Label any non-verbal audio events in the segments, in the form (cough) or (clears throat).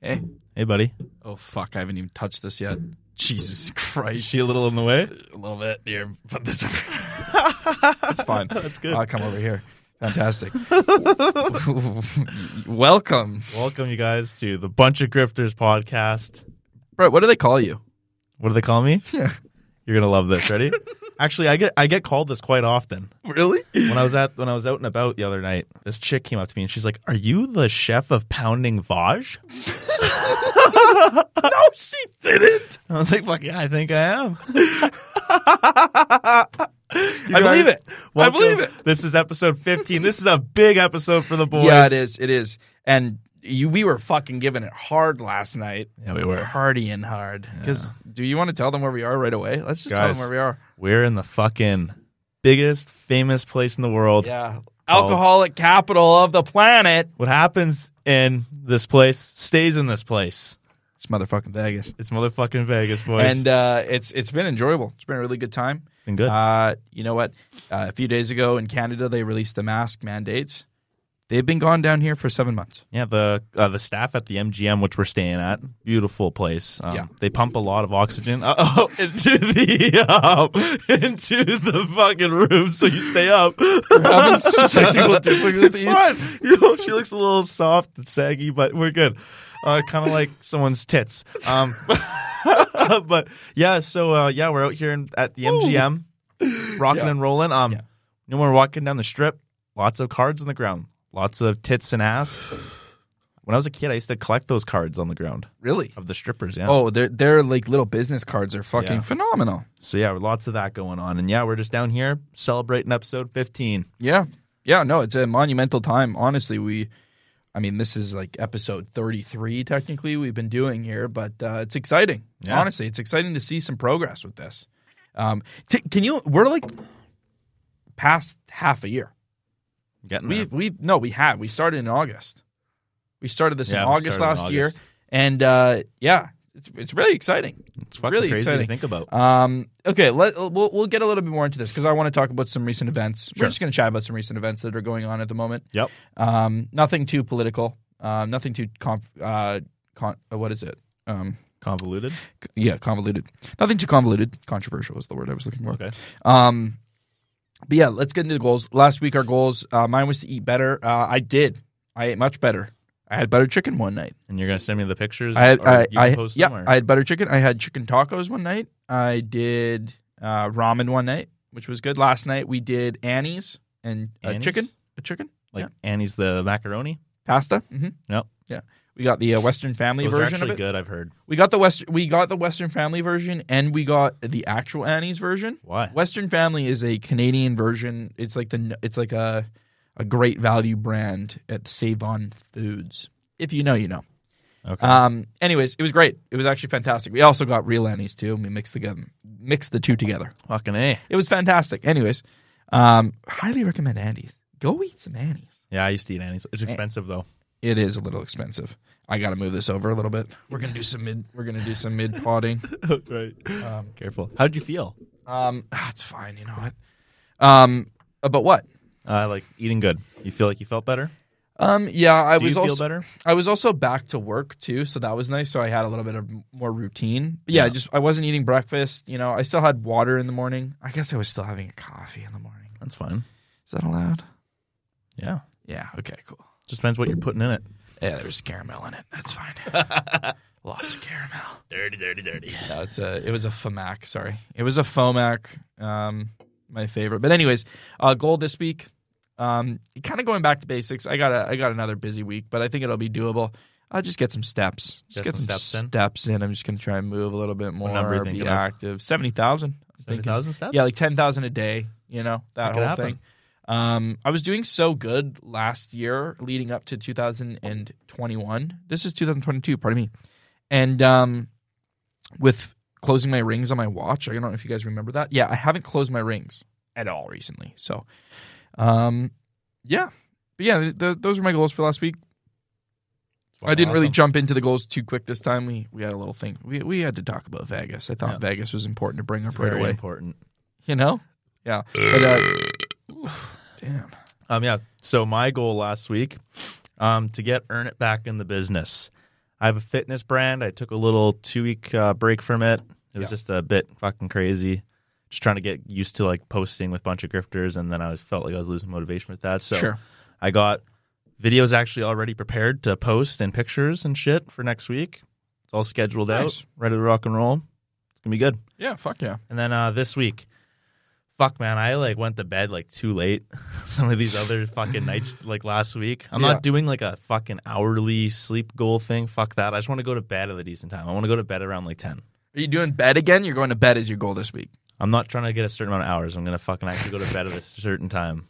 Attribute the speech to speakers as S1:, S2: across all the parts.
S1: Hey.
S2: Hey, buddy.
S1: Eh? Oh fuck! I haven't even touched this yet. Jesus
S2: Is
S1: Christ!
S2: she a little in the way?
S1: a little bit here. Put this. That's (laughs) fine.
S2: That's good.
S1: I'll come over here. Fantastic. (laughs) Welcome,
S2: Welcome, you guys, to the Bunch of Grifters podcast.
S1: bro. What do they call you?
S2: What do they call me?
S1: (laughs) Yeah.
S2: You're gonna love this.
S1: (laughs)
S2: Ready? Actually, I get I get called this quite often.
S1: Really?
S2: When I was at when I was out and about the other night, this chick came up to me and she's like, "Are you the chef of pounding Vaj?"
S1: No, she didn't.
S2: I was like, "Fuck yeah, I think I am." (laughs)
S1: I believe it. I believe it.
S2: This is episode 15. This is a big episode for the boys.
S1: Yeah, it is. It is. And you, we were fucking giving it hard last night.
S2: Yeah, we were.
S1: partying hard. Because do you want to tell them where we are right away? Let's just tell them
S2: Guys.
S1: where we are.
S2: We're in the fucking biggest, famous place in the world.
S1: Yeah. Alcoholic capital of the planet.
S2: What happens in this place stays in this place.
S1: It's motherfucking Vegas.
S2: It's motherfucking Vegas, boys.
S1: And uh, it's it's been enjoyable. It's been a really good time.
S2: Been good.
S1: Uh, you know what? Uh, a few days ago in Canada, they released the mask mandates. They've been gone down here for seven months.
S2: yeah, the uh, the staff at the MGM, which we're staying at, beautiful place. Um,
S1: Yeah.
S2: They pump a lot of oxygen uh, (laughs) into the um, into the fucking room, so you stay up.
S1: Having
S2: (laughs)
S1: some technical
S2: it's
S1: difficulties.
S2: fun. (laughs) You know, she looks a little soft and saggy, but we're good. Uh, kind of like someone's tits.
S1: (laughs)
S2: Um, (laughs) but yeah, so uh, yeah, we're out here in, at the MGM, rocking
S1: (laughs) Yeah.
S2: and rolling. Um,
S1: Yeah.
S2: you know, we're walking down the strip. Lots of cards on the ground. Lots of tits and ass. When I was a kid, I used to collect those cards on the ground
S1: Really?
S2: of the strippers. Yeah.
S1: Oh, their their like little business cards are fucking
S2: Yeah.
S1: phenomenal.
S2: So yeah, lots of that going on, and yeah, we're just down here celebrating episode fifteen.
S1: Yeah. Yeah, no, it's a monumental time. Honestly, we I mean, this is like episode 33 technically we've been doing here, but uh, it's exciting.
S2: Yeah.
S1: Honestly, it's exciting to see some progress with this. Um, t- can you we're like past half a year.
S2: Getting
S1: We
S2: there.
S1: we no, we have. We started in August. We started this
S2: Yeah,
S1: in
S2: we
S1: August
S2: started in
S1: last year
S2: August.
S1: and uh, yeah, it's it's really exciting.
S2: it's fucking
S1: really
S2: crazy
S1: exciting.
S2: to think about.
S1: Um, okay, let, we'll, we'll get a little bit more into this because I want to talk about some recent events.
S2: Sure.
S1: We're just going to chat about some recent events that are going on at the moment.
S2: Yep.
S1: Um, nothing too political. Um, nothing too conf- uh, con- uh, what is it? Um,
S2: Convoluted.
S1: c- yeah, convoluted. Nothing too convoluted. Controversial is the word I was looking for.
S2: Okay.
S1: Um, but yeah, let's get into the goals. Last week our goals. Uh, mine was to eat better. Uh, I did. I ate much better. I had butter chicken one night.
S2: And you're gonna send me the pictures.
S1: I,
S2: or
S1: I,
S2: you can
S1: I,
S2: post
S1: yeah,
S2: them, or-
S1: I had butter chicken. I had chicken tacos one night. I did uh, ramen one night, which was good. Last night we did Annie's and a
S2: Annie's?
S1: chicken, a chicken
S2: like
S1: yeah.
S2: Annie's the macaroni.
S1: pasta. Mm-hmm.
S2: Yep.
S1: Yeah, we got the uh, Western Family
S2: Those are
S1: version of
S2: actually
S1: it.
S2: good. I've heard.
S1: We got the West. We got the Western Family version, and we got the actual Annie's version.
S2: Why?
S1: Western Family is a Canadian version. It's like the it's like a a great value brand at Save On Foods. If you know, you know.
S2: Okay.
S1: Um. Anyways, it was great. It was actually fantastic. We also got real Annie's too. and We mixed together, mixed the two together.
S2: Fucking a.
S1: It was fantastic. Anyways, um, highly recommend Annie's. Go eat some Annie's.
S2: Yeah, I used to eat Annie's. It's
S1: (laughs)
S2: expensive though.
S1: It is a little expensive. I got to move this over a little bit. We're gonna do some mid. We're gonna do some mid potting.
S2: right.
S1: Um,
S2: Careful. How would you feel?
S1: um, ah, it's fine. You know what? Um, about what?
S2: Uh, like eating good. You feel like you felt better.
S1: Um, yeah, I
S2: Do
S1: was
S2: you
S1: also
S2: feel better?
S1: I was also back to work too, so that was nice. So I had a little bit of more routine. But yeah, I
S2: Yeah.
S1: just I wasn't eating breakfast. You know, I still had water in the morning. I guess I was still having a coffee in the morning.
S2: That's fine.
S1: Is that allowed?
S2: Yeah.
S1: Yeah. Okay. Cool.
S2: Just depends what you're
S1: (laughs)
S2: putting in it.
S1: Yeah, there's caramel in it. That's (laughs) fine. Lots of caramel.
S2: Dirty, dirty, dirty.
S1: No, it's a it was a FOMAC. Sorry, it was a FOMAC. Um, my favorite. But anyways, uh, goal this week. Um, kind of going back to basics. I got a I got another busy week, but I think it'll be doable. I'll just get some steps. Just
S2: Get
S1: get,
S2: some
S1: some,
S2: steps in?
S1: steps in. I'm just gonna try and move a little bit more.
S2: number are you
S1: be
S2: thinking of?
S1: active. Seventy thousand.
S2: Seventy thousand steps.
S1: Yeah, like ten thousand a day. You know that
S2: That could
S1: whole
S2: happen.
S1: thing. Um, I was doing so good last year, leading up to 2021. This is 2022. Pardon me. And um, with closing my rings on my watch, I don't know if you guys remember that. Yeah, I haven't closed my rings at all recently. So, um, yeah, but yeah, th th those were my goals for last week. I didn't really
S2: Awesome.
S1: jump into the goals too quick this time. We we had a little thing. We we had to talk about Vegas. I thought
S2: Yeah.
S1: Vegas was important to bring up
S2: It's
S1: right
S2: very
S1: away
S2: important.
S1: you know? Yeah. But, uh, damn.
S2: Um, yeah. So my goal last week, um, to get earn it back in the business. I have a fitness brand. I took a little two week uh, break from it. It was
S1: Yeah.
S2: just a bit fucking crazy. Just trying to get used to like posting with a bunch of grifters, and then I was, felt like I was losing motivation with that. So
S1: sure.
S2: I got videos actually already prepared to post and pictures and shit for next week. It's all scheduled
S1: Nice.
S2: out, ready to rock and roll. It's gonna be good.
S1: Yeah, fuck yeah.
S2: And then uh, this week, fuck man, I like went to bed like too late. (laughs) Some of these other fucking (laughs) nights, like last week, I'm
S1: Yeah.
S2: not doing like a fucking hourly sleep goal thing. Fuck that. I just want to go to bed at a decent time. I want to go to bed around like ten.
S1: Are you doing bed again? You're going to bed as your goal this week.
S2: I'm not trying to get a certain amount of hours. I'm gonna fucking actually go to bed at a certain time.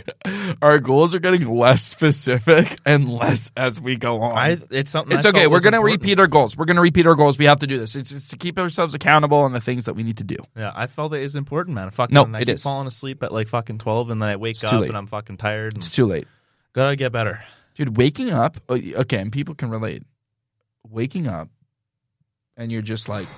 S1: Our goals are getting less specific and less as we go on.
S2: (laughs) I it's something.
S1: it's okay. We're gonna repeat our goals. We're gonna repeat our goals. We have to do this. It's, it's to keep ourselves accountable on the things that we need to do.
S2: Yeah, I felt it is important, man. Fucking
S1: No,
S2: and I
S1: it
S2: keep
S1: is.
S2: falling asleep at like fucking twelve, and then I wake
S1: It's
S2: up
S1: too late.
S2: and I'm fucking tired. And
S1: It's too late,
S2: gotta get better.
S1: dude. Waking up. oh, Okay, and people can relate. Waking up, and you're just like,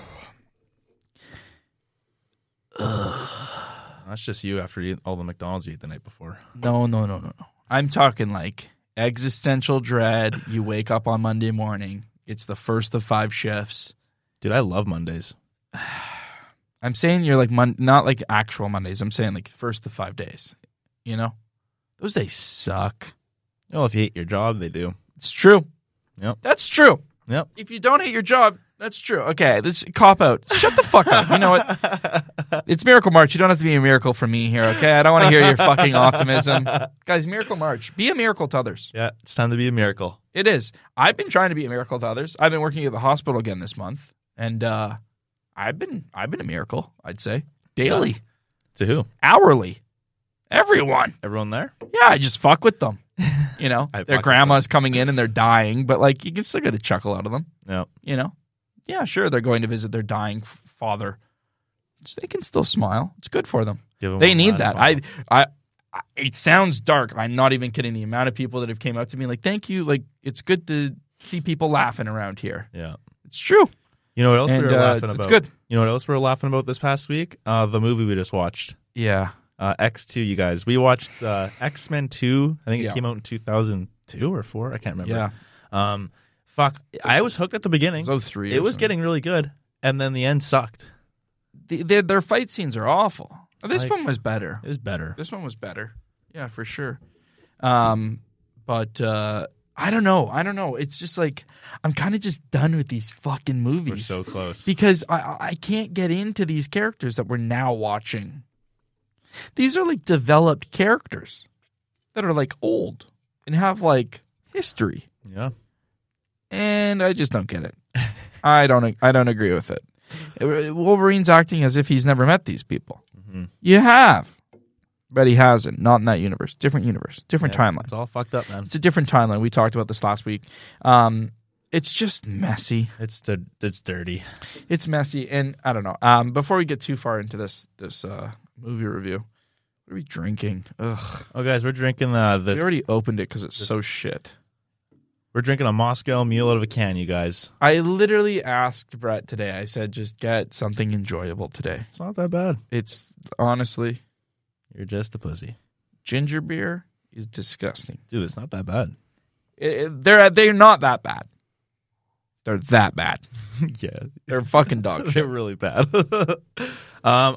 S2: That's just you after eating all the McDonald's you ate the night before.
S1: no, no, no, no, no. I'm talking like existential dread. You wake up on Monday morning. It's the first of five shifts.
S2: Dude, I love Mondays.
S1: I'm saying you're like Mon- not like actual Mondays. I'm saying like first to five days. You know, those days suck.
S2: You know, if you hate your job, they do.
S1: It's true.
S2: Yep.
S1: That's true.
S2: Yep.
S1: If you don't hate your job, that's true. Okay, this cop out. Shut the fuck up. You know what? (laughs) It's Miracle March. You don't have to be a miracle for me here. Okay, I don't want to hear your fucking
S2: (laughs)
S1: optimism, guys. Miracle March. Be a miracle to others.
S2: Yeah, it's time to be a miracle.
S1: It is. I've been trying to be a miracle to others. I've been working at the hospital again this month, and uh, I've been I've been a miracle. I'd say daily,
S2: To who?
S1: hourly, everyone.
S2: Everyone there?
S1: Yeah, I just fuck with them. You know,
S2: (laughs) I fuck
S1: their
S2: with
S1: grandma's coming in and they're dying, but like you can still get a chuckle out of them.
S2: Yeah.
S1: You know, yeah, sure, they're going to visit their dying f- father. Just- They can still smile. It's good for them.
S2: Give 'em
S1: They
S2: one
S1: need
S2: last
S1: that.
S2: smile.
S1: I, I, I, it sounds dark. I'm not even kidding. The amount of people that have came up to me like, "Thank you." Like, it's good to see people laughing around here.
S2: Yeah.
S1: It's true.
S2: You know what else
S1: And,
S2: we were
S1: uh,
S2: laughing
S1: it's-
S2: about?
S1: it's good.
S2: You know what else we were laughing about this past week? Uh, the movie we just watched,
S1: Yeah.
S2: uh, X2, you guys. We watched uh, X Men 2. I think it
S1: Yeah.
S2: came out in 2002 or 4. I can't remember.
S1: Yeah.
S2: Um, fuck. I was hooked at the beginning.
S1: So three.
S2: It
S1: or
S2: was
S1: something.
S2: getting really good, and then the end sucked.
S1: The, their- their fight scenes are awful. This
S2: Like-
S1: one was better.
S2: It was better.
S1: This one was better. Yeah, for sure. Um, but uh, I don't know. I don't know. It's just like I'm kind of just done with these fucking
S2: We're
S1: movies
S2: so close.
S1: because I- I I can't get into these characters that we're now watching. These are like developed characters that are like old and have like history,
S2: yeah.
S1: and I just don't get it. I don't. I don't agree with it. Wolverine's acting as if he's never met these people.
S2: Mhm.
S1: You have. But he hasn't. Not in that universe. Different universe. Different
S2: Yeah.
S1: timeline.
S2: It's all fucked up, man.
S1: It's a different timeline. We talked about this last week. Um, it's just messy.
S2: It's di- it's dirty.
S1: It's messy, and I don't know. Um, before we get too far into this this uh, movie review, what are we drinking? Ugh,
S2: Oh, guys, we're drinking uh,
S1: we
S2: this.
S1: already opened it because it's so shit.
S2: We're drinking a Moscow Mule out of a can, you guys.
S1: I literally asked Brett today. I said, just get something enjoyable today.
S2: It's not that bad.
S1: It's honestly
S2: You're just a pussy,
S1: ginger beer is disgusting.
S2: dude. It's not that bad. (laughs)
S1: It- it- they're they're not that bad. They're that bad.
S2: (laughs) yeah,
S1: They're fucking dog shit.
S2: they're really bad. (laughs) um,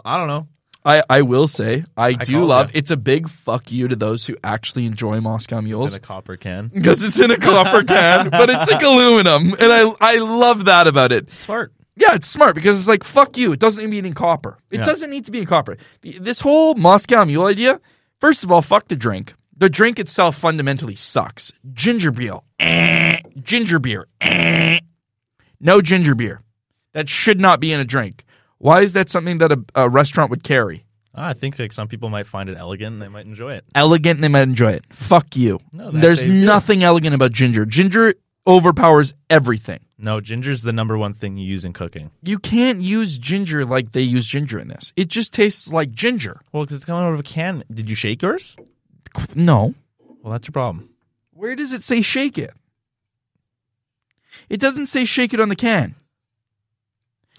S2: I don't know.
S1: I, I will say I, do
S2: called
S1: love
S2: it.
S1: it's a big fuck you to those who actually enjoy Moscow
S2: It's
S1: mules
S2: in a copper can.
S1: because it's in a copper can, but it's like aluminum, and I I love that about it.
S2: Smart.
S1: Yeah, it's smart because it's like fuck you. It doesn't need to be in copper. It
S2: Yeah.
S1: doesn't need to be in copper. The- This whole Moscow mule idea. First of all, fuck the drink. The drink itself fundamentally sucks. Ginger beer, eh. ginger beer, eh. no ginger beer. That should not be in a drink. Why is that something that a, a restaurant would carry?
S2: Ah, I think like some people might find it elegant. and They might enjoy it.
S1: Elegant, and they might enjoy it. Fuck you.
S2: No, that
S1: There's
S2: they do.
S1: nothing elegant about ginger. Ginger overpowers everything.
S2: No, ginger's the number one thing you use in cooking.
S1: You can't use ginger like they use ginger in this. It just tastes like ginger.
S2: Well, 'cause it's coming out of a can. Did you shake yours?
S1: No.
S2: Well, that's your problem.
S1: Where does it say shake it? It doesn't say shake it on the can.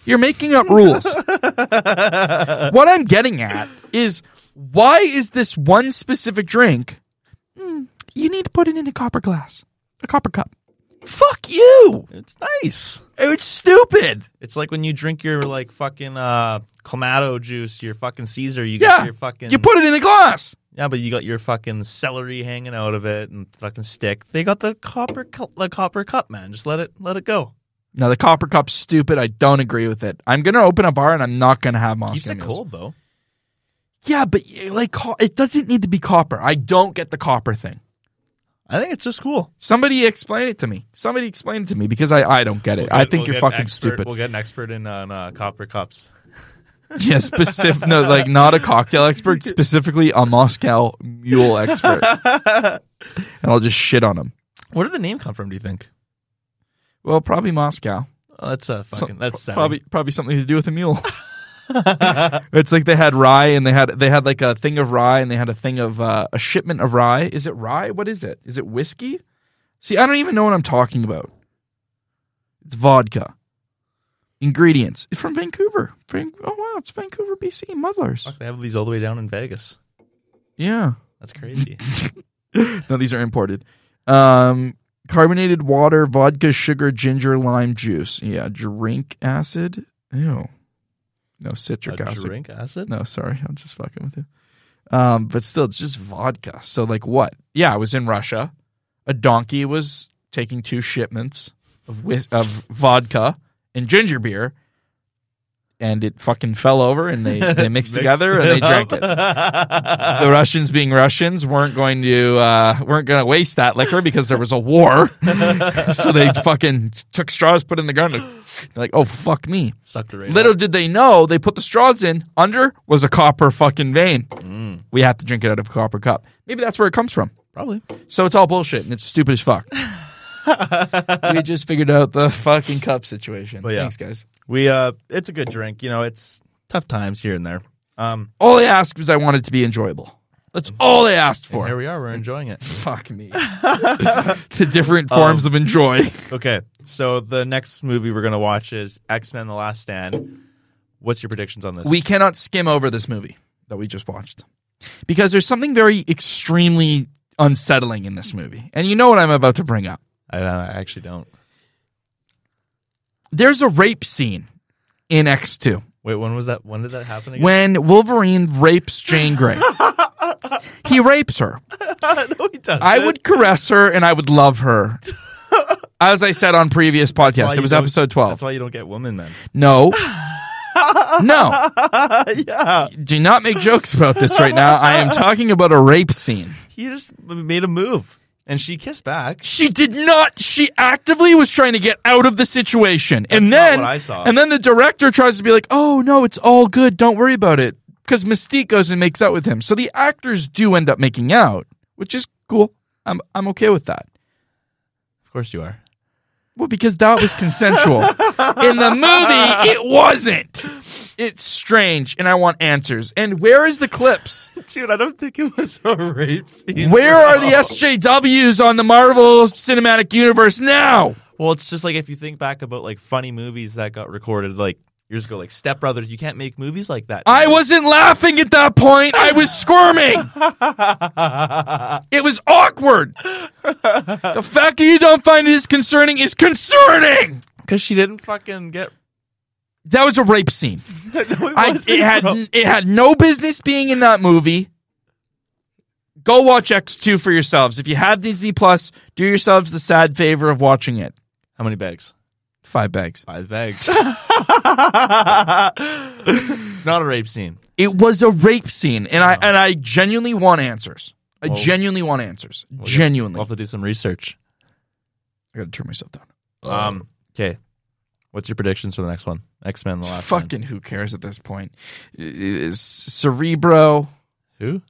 S1: You're making up rules. what I'm getting at is why is this hmm, one specific drink? Mm, you need to put it in a copper glass, a copper cup. Fuck you.
S2: It's nice.
S1: It's stupid.
S2: It's like when you drink your like fucking uh clamato juice, your fucking Caesar. You
S1: Yeah.
S2: got your fucking
S1: You put it in a glass.
S2: yeah, but you got your fucking celery hanging out of it and fucking stick. They got the copper cu- the copper cup, man. Just let it let it go.
S1: No, the copper cup's stupid. I don't agree with it. I'm gonna open a bar and I'm not gonna have Moscow
S2: Keeps it
S1: mules.
S2: cold though.
S1: Yeah, but eh, like co- it doesn't need to be copper. I don't get the copper thing.
S2: I think it's just cool.
S1: Somebody explain it to me. Somebody explain it to me because I, I don't get it. I think you're fucking stupid.
S2: We'll get an expert in on uh, copper cups.
S1: yeah, specific no, like not a cocktail
S2: (laughs)
S1: expert, specifically a Moscow mule expert. and I'll just shit on him.
S2: Where did the name come from? Do you think?
S1: Well, probably Moscow.
S2: Oh, that's a
S1: So-
S2: fucking. that's sad.
S1: probably probably something to do with a mule. It's like they had rye and they had they had like a thing of rye and they had a thing of uh, a shipment of rye. Is it rye? What is it? Is it whiskey? See, I don't even know what I'm talking about. It's vodka. Ingredients. It's from Vancouver. Van- oh wow, it's Vancouver, BC. Muddlers.
S2: (laughs) Fuck, they have these all the way down in Vegas.
S1: Yeah. (laughs)
S2: That's crazy.
S1: No, these are imported. Um, carbonated water, vodka, sugar, ginger, lime juice. Yeah, drink acid. Ew. No citric
S2: A
S1: acid.
S2: drink acid.
S1: No, sorry, I'm just fucking with you. Um, but still, it's just vodka. So, like, what? Yeah, I was in Russia. A donkey was taking two shipments of whis- of vodka and ginger beer, and it fucking fell over, and they they
S2: (laughs)
S1: mixed together and they drank it. The
S2: it.
S1: Russians, being Russians, weren't going to uh, weren't going to waste that liquor because there was a war. (laughs) so they fucking took straws, put in the ground, and like, oh fuck me.
S2: (laughs) Sucked it right.
S1: Little did they know, they put the straws in. Under was a copper fucking vein.
S2: up. Mm,
S1: We have to drink it out of a copper cup. Maybe that's where it comes from.
S2: probably.
S1: So it's all bullshit and it's stupid as
S2: (laughs)
S1: fuck. we just figured out the fucking cup situation.
S2: But yeah.
S1: Thanks, guys.
S2: We uh, it's a good drink. You know, it's tough times here and there. Um,
S1: All they asked was I wanted to be enjoyable. That's all they asked
S2: and here
S1: for.
S2: we are. We're enjoying it.
S1: Fuck
S2: (laughs)
S1: me. (laughs) the different forms
S2: Um,
S1: of enjoy.
S2: Okay, so the next movie we're gonna watch is X Men: The Last Stand. What's your predictions on this?
S1: We cannot skim over this movie that we just watched because there's something very extremely unsettling in this movie. And you know what I'm about to bring up.
S2: I, I actually don't.
S1: There's a rape scene in X2.
S2: Wait, when was that? When did that happen (laughs) again?
S1: when Wolverine rapes Jane Grey. he rapes her.
S2: no, he doesn't.
S1: I
S2: (laughs)
S1: would caress her and I would love her. As I said on previous
S2: why
S1: podcasts, it
S2: you
S1: was
S2: don't-
S1: episode
S2: That's
S1: 12.
S2: why you don't get women then. (laughs)
S1: No. No.
S2: yeah,
S1: Do not make jokes about this right now. I am talking about a rape scene.
S2: he just made a move, and she kissed back.
S1: She did not. She actively was trying to get out of the situation. and
S2: That's not
S1: then
S2: what I saw.
S1: and then the director tries to be like, "Oh no, it's all good. Don't worry about it." Because Mystique goes and makes out with him. So the actors do end up making out, which is cool. I'm I'm okay with that.
S2: Of course you are. (laughs)
S1: Well, because that was consensual. In the movie, it wasn't. It's strange, and I want answers. And where is the clips?
S2: Dude, I don't think it was a rape scene.
S1: Where are the
S2: No.
S1: SJWs on the Marvel Cinematic Universe now?
S2: Well, it's just like if you think back about like funny movies that got recorded like years ago, like Step Brothers. You can't make movies like that.
S1: I wasn't laughing at that point. I was squirming. It was awkward. The fact that you don't find it is concerning is concerning.
S2: because (laughs) she didn't fucking get. (laughs)
S1: That was a rape scene.
S2: no, it,
S1: I,
S2: wasn't,
S1: it had
S2: bro.
S1: it had no business being in that movie. Go watch X two for yourselves. If you have Disney Plus, do yourselves the sad favor of watching it.
S2: How many bags?
S1: Five bags.
S2: Five (laughs) bags. Not a rape scene.
S1: It was a rape scene, and I
S2: Wow.
S1: and I genuinely want answers. I
S2: Well-
S1: genuinely want answers.
S2: Well, yeah.
S1: genuinely,
S2: We'll have to do some research.
S1: I gotta turn myself down.
S2: Um. Okay. What's your predictions for the next one? X Men: The Last Stand.
S1: Fucking who cares at this point? I- I- Cerebro,
S2: Who?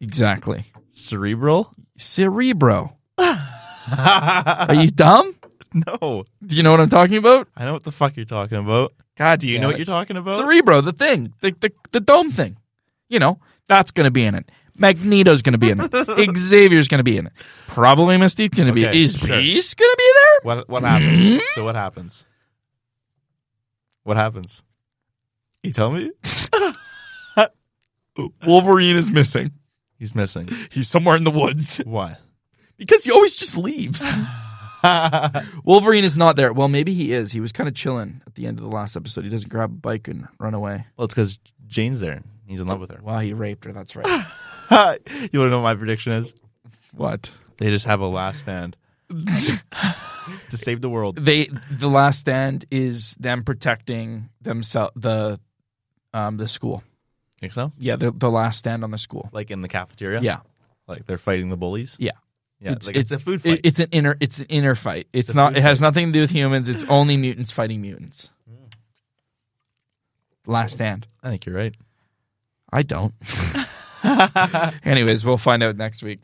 S1: exactly.
S2: Cerebral?
S1: Cerebro. Are
S2: no.
S1: you dumb?
S2: (laughs)
S1: Do you know what I'm talking about?
S2: I know what the fuck you're talking about.
S1: God,
S2: Do you know what you're talking about?
S1: Cerebro, the thing, the, the the dome thing. You know that's gonna be in it. Magneto's gonna be in
S2: (laughs)
S1: it. Xavier's gonna be in it. Probably Mystique's gonna be.
S2: Okay,
S1: Is
S2: sure.
S1: Beast gonna be there?
S2: What what (laughs) happens? so what happens? What happens? You tell me?
S1: Wolverine is missing.
S2: He's Uh, missing.
S1: (laughs)
S2: (laughs)
S1: He's somewhere in the woods
S2: Why? (laughs)
S1: because he always just leaves. Wolverine is not there. Well, maybe he is. He was kind of chilling at the end of the last episode. He doesn't grab a bike and run away.
S2: well, it's because Jane's there. He's in love with her.
S1: Wow, he raped her. That's right.
S2: (laughs) you want to know what my prediction is?
S1: what?
S2: They just have a
S1: (laughs)
S2: last stand to save the world.
S1: They the last stand is them protecting themselves the um the school.
S2: Think so?
S1: Yeah, the the last stand on the school.
S2: Like in the cafeteria?
S1: Yeah.
S2: Like they're fighting the bullies?
S1: Yeah.
S2: Yeah. It's, like it's, a food
S1: it-
S2: fight.
S1: it's an inner it's an inner fight. It's,
S2: a
S1: not
S2: food
S1: it has nothing to do with humans. It's only mutants fighting mutants.
S2: Mm.
S1: Last stand.
S2: I think
S1: (laughs)
S2: you're right.
S1: I don't. Anyways, we'll find out next week.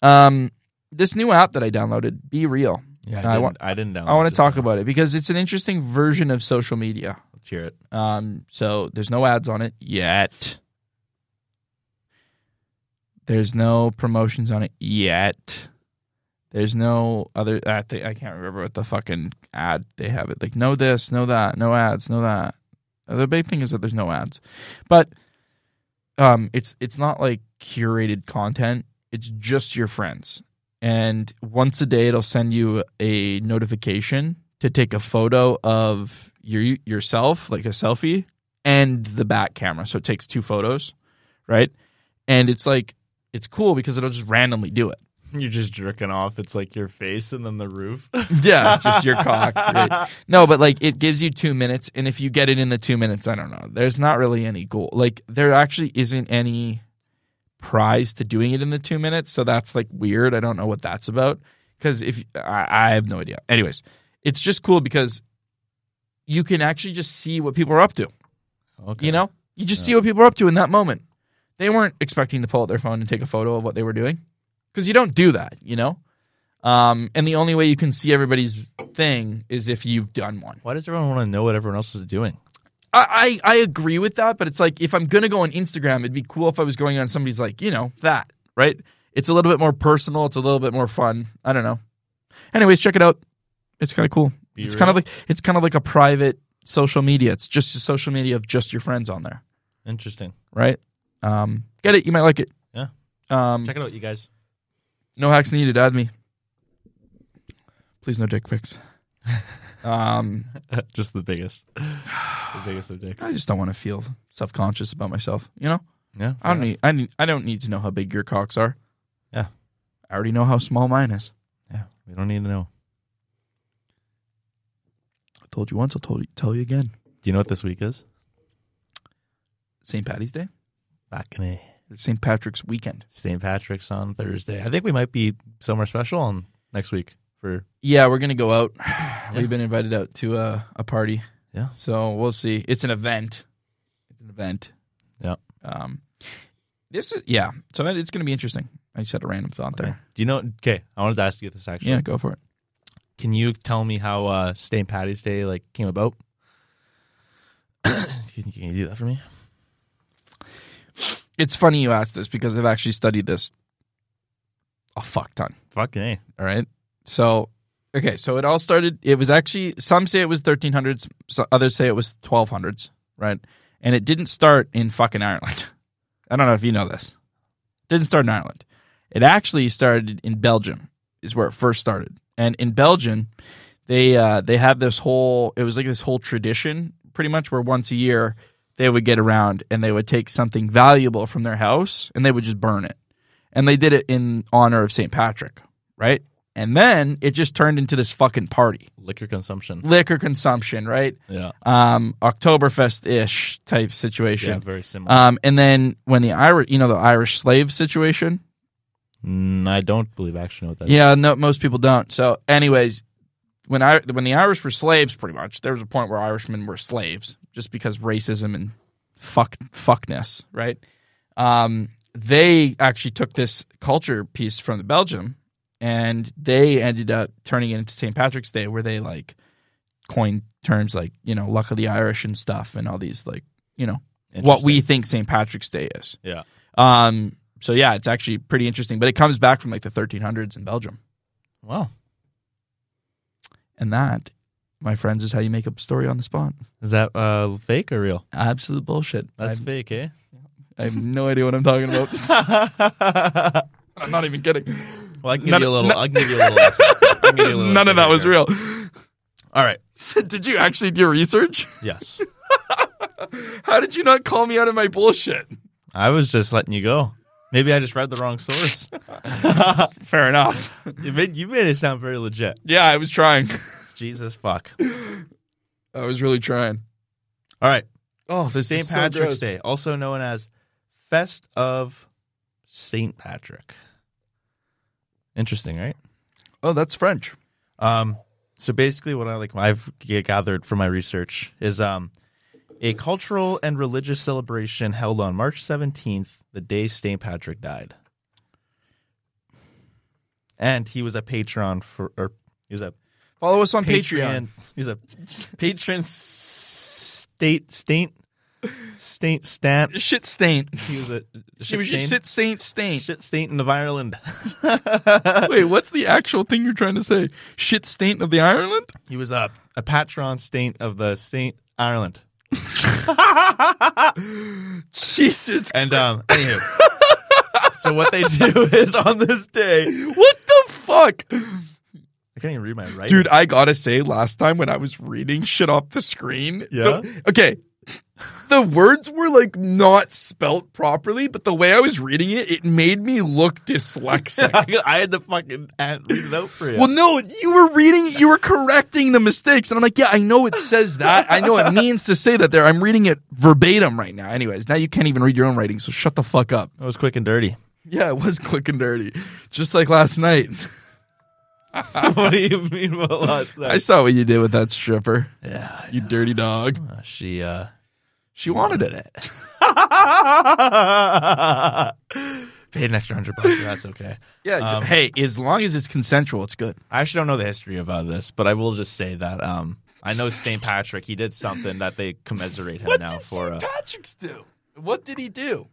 S1: Um this new app that I downloaded, Be Real.
S2: Yeah, I,
S1: I
S2: didn't,
S1: want-
S2: I didn't download
S1: I want
S2: this
S1: to talk
S2: one.
S1: about it because it's an interesting version of social media.
S2: Let's hear it. (laughs)
S1: Um, so there's no ads on it yet. There's no promotions on it yet. There's no other. I think I can't remember what the fucking ad they have. It like no this, no that, no ads, no that. Uh, The big thing is that there's no ads, but um, it's it's not like curated content. It's just your friends, and once a day it'll send you a notification to take a photo of your yourself, like a selfie, and the back camera. So it takes two photos, right? And it's like it's cool because it'll just randomly do it.
S2: You're just jerking off. It's like your face and then the roof.
S1: (laughs) Yeah, it's just your
S2: (laughs)
S1: cock. right? No, but like it gives you two minutes, and if you get it in the two minutes, I don't know. There's not really any goal. Like there actually isn't any prize to doing it in the two minutes, so that's like weird. I don't know what that's about because if I, I have no idea. Anyways, it's just cool because you can actually just see what people are up to.
S2: Okay.
S1: You know, you just see what people are up to in that moment. They weren't expecting to pull out their phone and take a photo of what they were doing because you don't do that, you know? Um, and the only way you can see everybody's thing is if you've done one.
S2: Why does everyone want to know what everyone else is doing?
S1: I, I, I agree with that, but it's like if I'm going to go on Instagram, it'd be cool if I was going on somebody's, like, you know, that, right? It's a little bit more personal. It's a little bit more fun. I don't know. Anyways, check it out. It's kind of cool.
S2: Be
S1: it's
S2: real.
S1: kind of like it's kind of like a private social media. It's just a social media of just your friends on there.
S2: Interesting.
S1: right? Um, get it. You might like it.
S2: Yeah.
S1: Um,
S2: Check it out, you guys. (laughs)
S1: no hacks needed. Add me. Please, no dick
S2: (laughs)
S1: pics. um,
S2: just the biggest. The biggest of dicks.
S1: I just don't want to feel self conscious about myself. You know,
S2: Yeah.
S1: I don't need. I need. I don't need to know how big your cocks are.
S2: Yeah.
S1: I already know how small mine is.
S2: Yeah. We don't need to know.
S1: I told you once. I'll told you, tell you again.
S2: Do you know what this week is?
S1: St. Patty's Day.
S2: Back in a
S1: It's St. Patrick's weekend.
S2: St. Patrick's on Thursday. I think we might be somewhere special on next week for
S1: Yeah, we're gonna go (sighs) out. We've been invited out to a, a party.
S2: Yeah.
S1: So we'll see. It's an event. It's an event.
S2: Yeah.
S1: Um. This is yeah. So it- it's gonna be interesting. I just had a random thought there.
S2: Do you know? Okay, I wanted to ask you this actually.
S1: Yeah, go for it.
S2: Can you tell me how uh, St. Patty's Day like came about? (coughs) can, you, can you do that for me?
S1: It's funny you asked this because I've actually studied this a fuck ton.
S2: Fucking a.
S1: All right. So, okay. So it all started. It was actually some say it was 1300s, so others say it was 1200s, right? And it didn't start in fucking Ireland. (laughs) I don't know if you know this. didn't start in Ireland. It actually started in Belgium. Is where it first started. And in Belgium, they uh, they have this whole. It was like this whole tradition, pretty much, where once a year they would get around and they would take something valuable from their house and they would just burn it. And they did it in honor of St. Patrick, right? And then it just turned into this fucking party.
S2: Liquor consumption.
S1: Liquor consumption, right?
S2: Yeah.
S1: Um, Oktoberfest ish type
S2: Yeah.
S1: situation.
S2: Very similar.
S1: Um, and then when the Irish, you know, the Irish slave situation.
S2: Mm, I don't believe I actually know what that is.
S1: Yeah, no, most people don't. So, anyways, when I when the Irish were slaves, pretty much, there was a point where Irishmen were slaves just because racism and fuck fuckness, right? Um, they actually took this culture piece from the Belgium, and they ended up turning it into St. Patrick's Day, where they like coined terms like you know luck of the Irish and stuff, and all these like you know what we think St. Patrick's Day is.
S2: Yeah.
S1: Um. So yeah, it's actually pretty interesting, but it comes back from like the 1300s in Belgium,
S2: Wow.
S1: and that, my friends, is how you make up a story on the spot.
S2: Is that uh, fake or real?
S1: Absolute bullshit.
S2: That's
S1: I've- (laughs)
S2: fake, eh?
S1: I have no idea what (laughs) I'm talking about.
S2: well,
S1: (laughs) I'm not even kidding.
S2: Well, I can give
S1: None-
S2: you a little.
S1: none-
S2: I can give you
S1: (laughs)
S2: a little. insight. I can give you a little
S1: None of
S2: insight
S1: that
S2: right
S1: was
S2: here.
S1: real. (laughs)
S2: All right.
S1: So did you actually do research? (laughs)
S2: Yes.
S1: How did you not call me out of my bullshit?
S2: I was just letting you go. Maybe I just read the
S1: (laughs)
S2: wrong source.
S1: Fair enough.
S2: you made you made it sound very legit.
S1: (laughs) Yeah, I was trying.
S2: Jesus fuck.
S1: (laughs) I was really trying.
S2: All right.
S1: Oh, this
S2: St.
S1: is so
S2: Patrick's
S1: gross.
S2: Day, also known as Fest of St. Patrick. Interesting, right?
S1: Oh, that's French.
S2: Um, so basically, what I like I've g- gathered from my research is um, a cultural and religious celebration held on March seventeenth, the day St. Patrick died, and he was a patron for, or he was a
S1: Follow us on Patreon.
S2: patron, he was a patron state saint state stamp.
S1: Shit stain.
S2: He was a
S1: She was just shit saint stain.
S2: shit stain of Ireland.
S1: Wait, what's the actual thing you're trying to say? Shit stain of the Ireland?
S2: He was a a patron saint of the Saint Ireland.
S1: (laughs) Jesus.
S2: And um, anywho, so what
S1: (laughs)
S2: they do is on this day, I
S1: What the fuck?
S2: can't even read my writing.
S1: Dude, I gotta say, last time when I was reading shit off the screen,
S2: Yeah?
S1: the- okay, the words were like not spelt properly, but the way I was reading it, it made me look (laughs) dyslexic.
S2: (laughs) I had to fucking add, read it out for you.
S1: Well, no, you were reading it, you were correcting the mistakes. And I'm like, yeah, I know it says that. I know it means to say that there. I'm reading it verbatim right now. Anyways, now you can't even read your own writing, so shut the fuck up.
S2: that was quick and
S1: (laughs)
S2: dirty.
S1: Yeah, it was quick and dirty, just like last night.
S2: what do you mean by last
S1: I saw what you did with that stripper,
S2: yeah,
S1: you dirty dog.
S2: uh,
S1: (laughs)
S2: she. uh
S1: She wanted it.
S2: Paid an extra hundred bucks. but That's okay.
S1: (laughs) Yeah. it's-
S2: Um,
S1: hey, as long as it's consensual, it's good.
S2: I actually don't know the history of uh, this, but I will just say that um, I know St. Patrick. He did something that they commemorate him now for. Uh,
S1: Patrick's do? What did he do?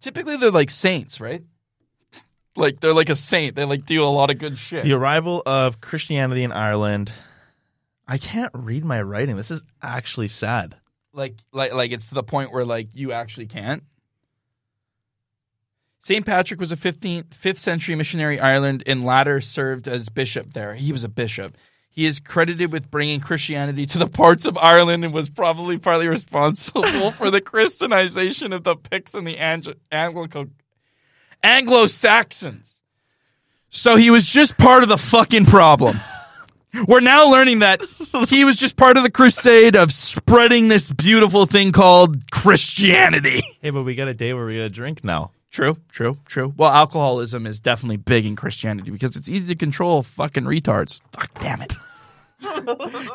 S1: Typically, they're like saints, right? Like they're like a saint. They like do a lot of good shit.
S2: the arrival of Christianity in Ireland. I can't read my writing. This is actually sad.
S1: like like like it's to the point where like you actually can't. Saint Patrick was a 15th 5th century missionary in Ireland and latter served as bishop there. He was a bishop. He is credited with bringing Christianity to the parts of Ireland and was probably partly responsible for the Christianization of the Picts and the Ang- Anglico- Anglo-Saxons. So he was just part of the fucking problem. We're now learning (laughs) that he was just part of the crusade of spreading this beautiful thing called Christianity.
S2: Hey, but we got a day where we got to drink now.
S1: True, true, true. Well, alcoholism is definitely big in Christianity because it's easy to control fucking retards. Fuck, damn it.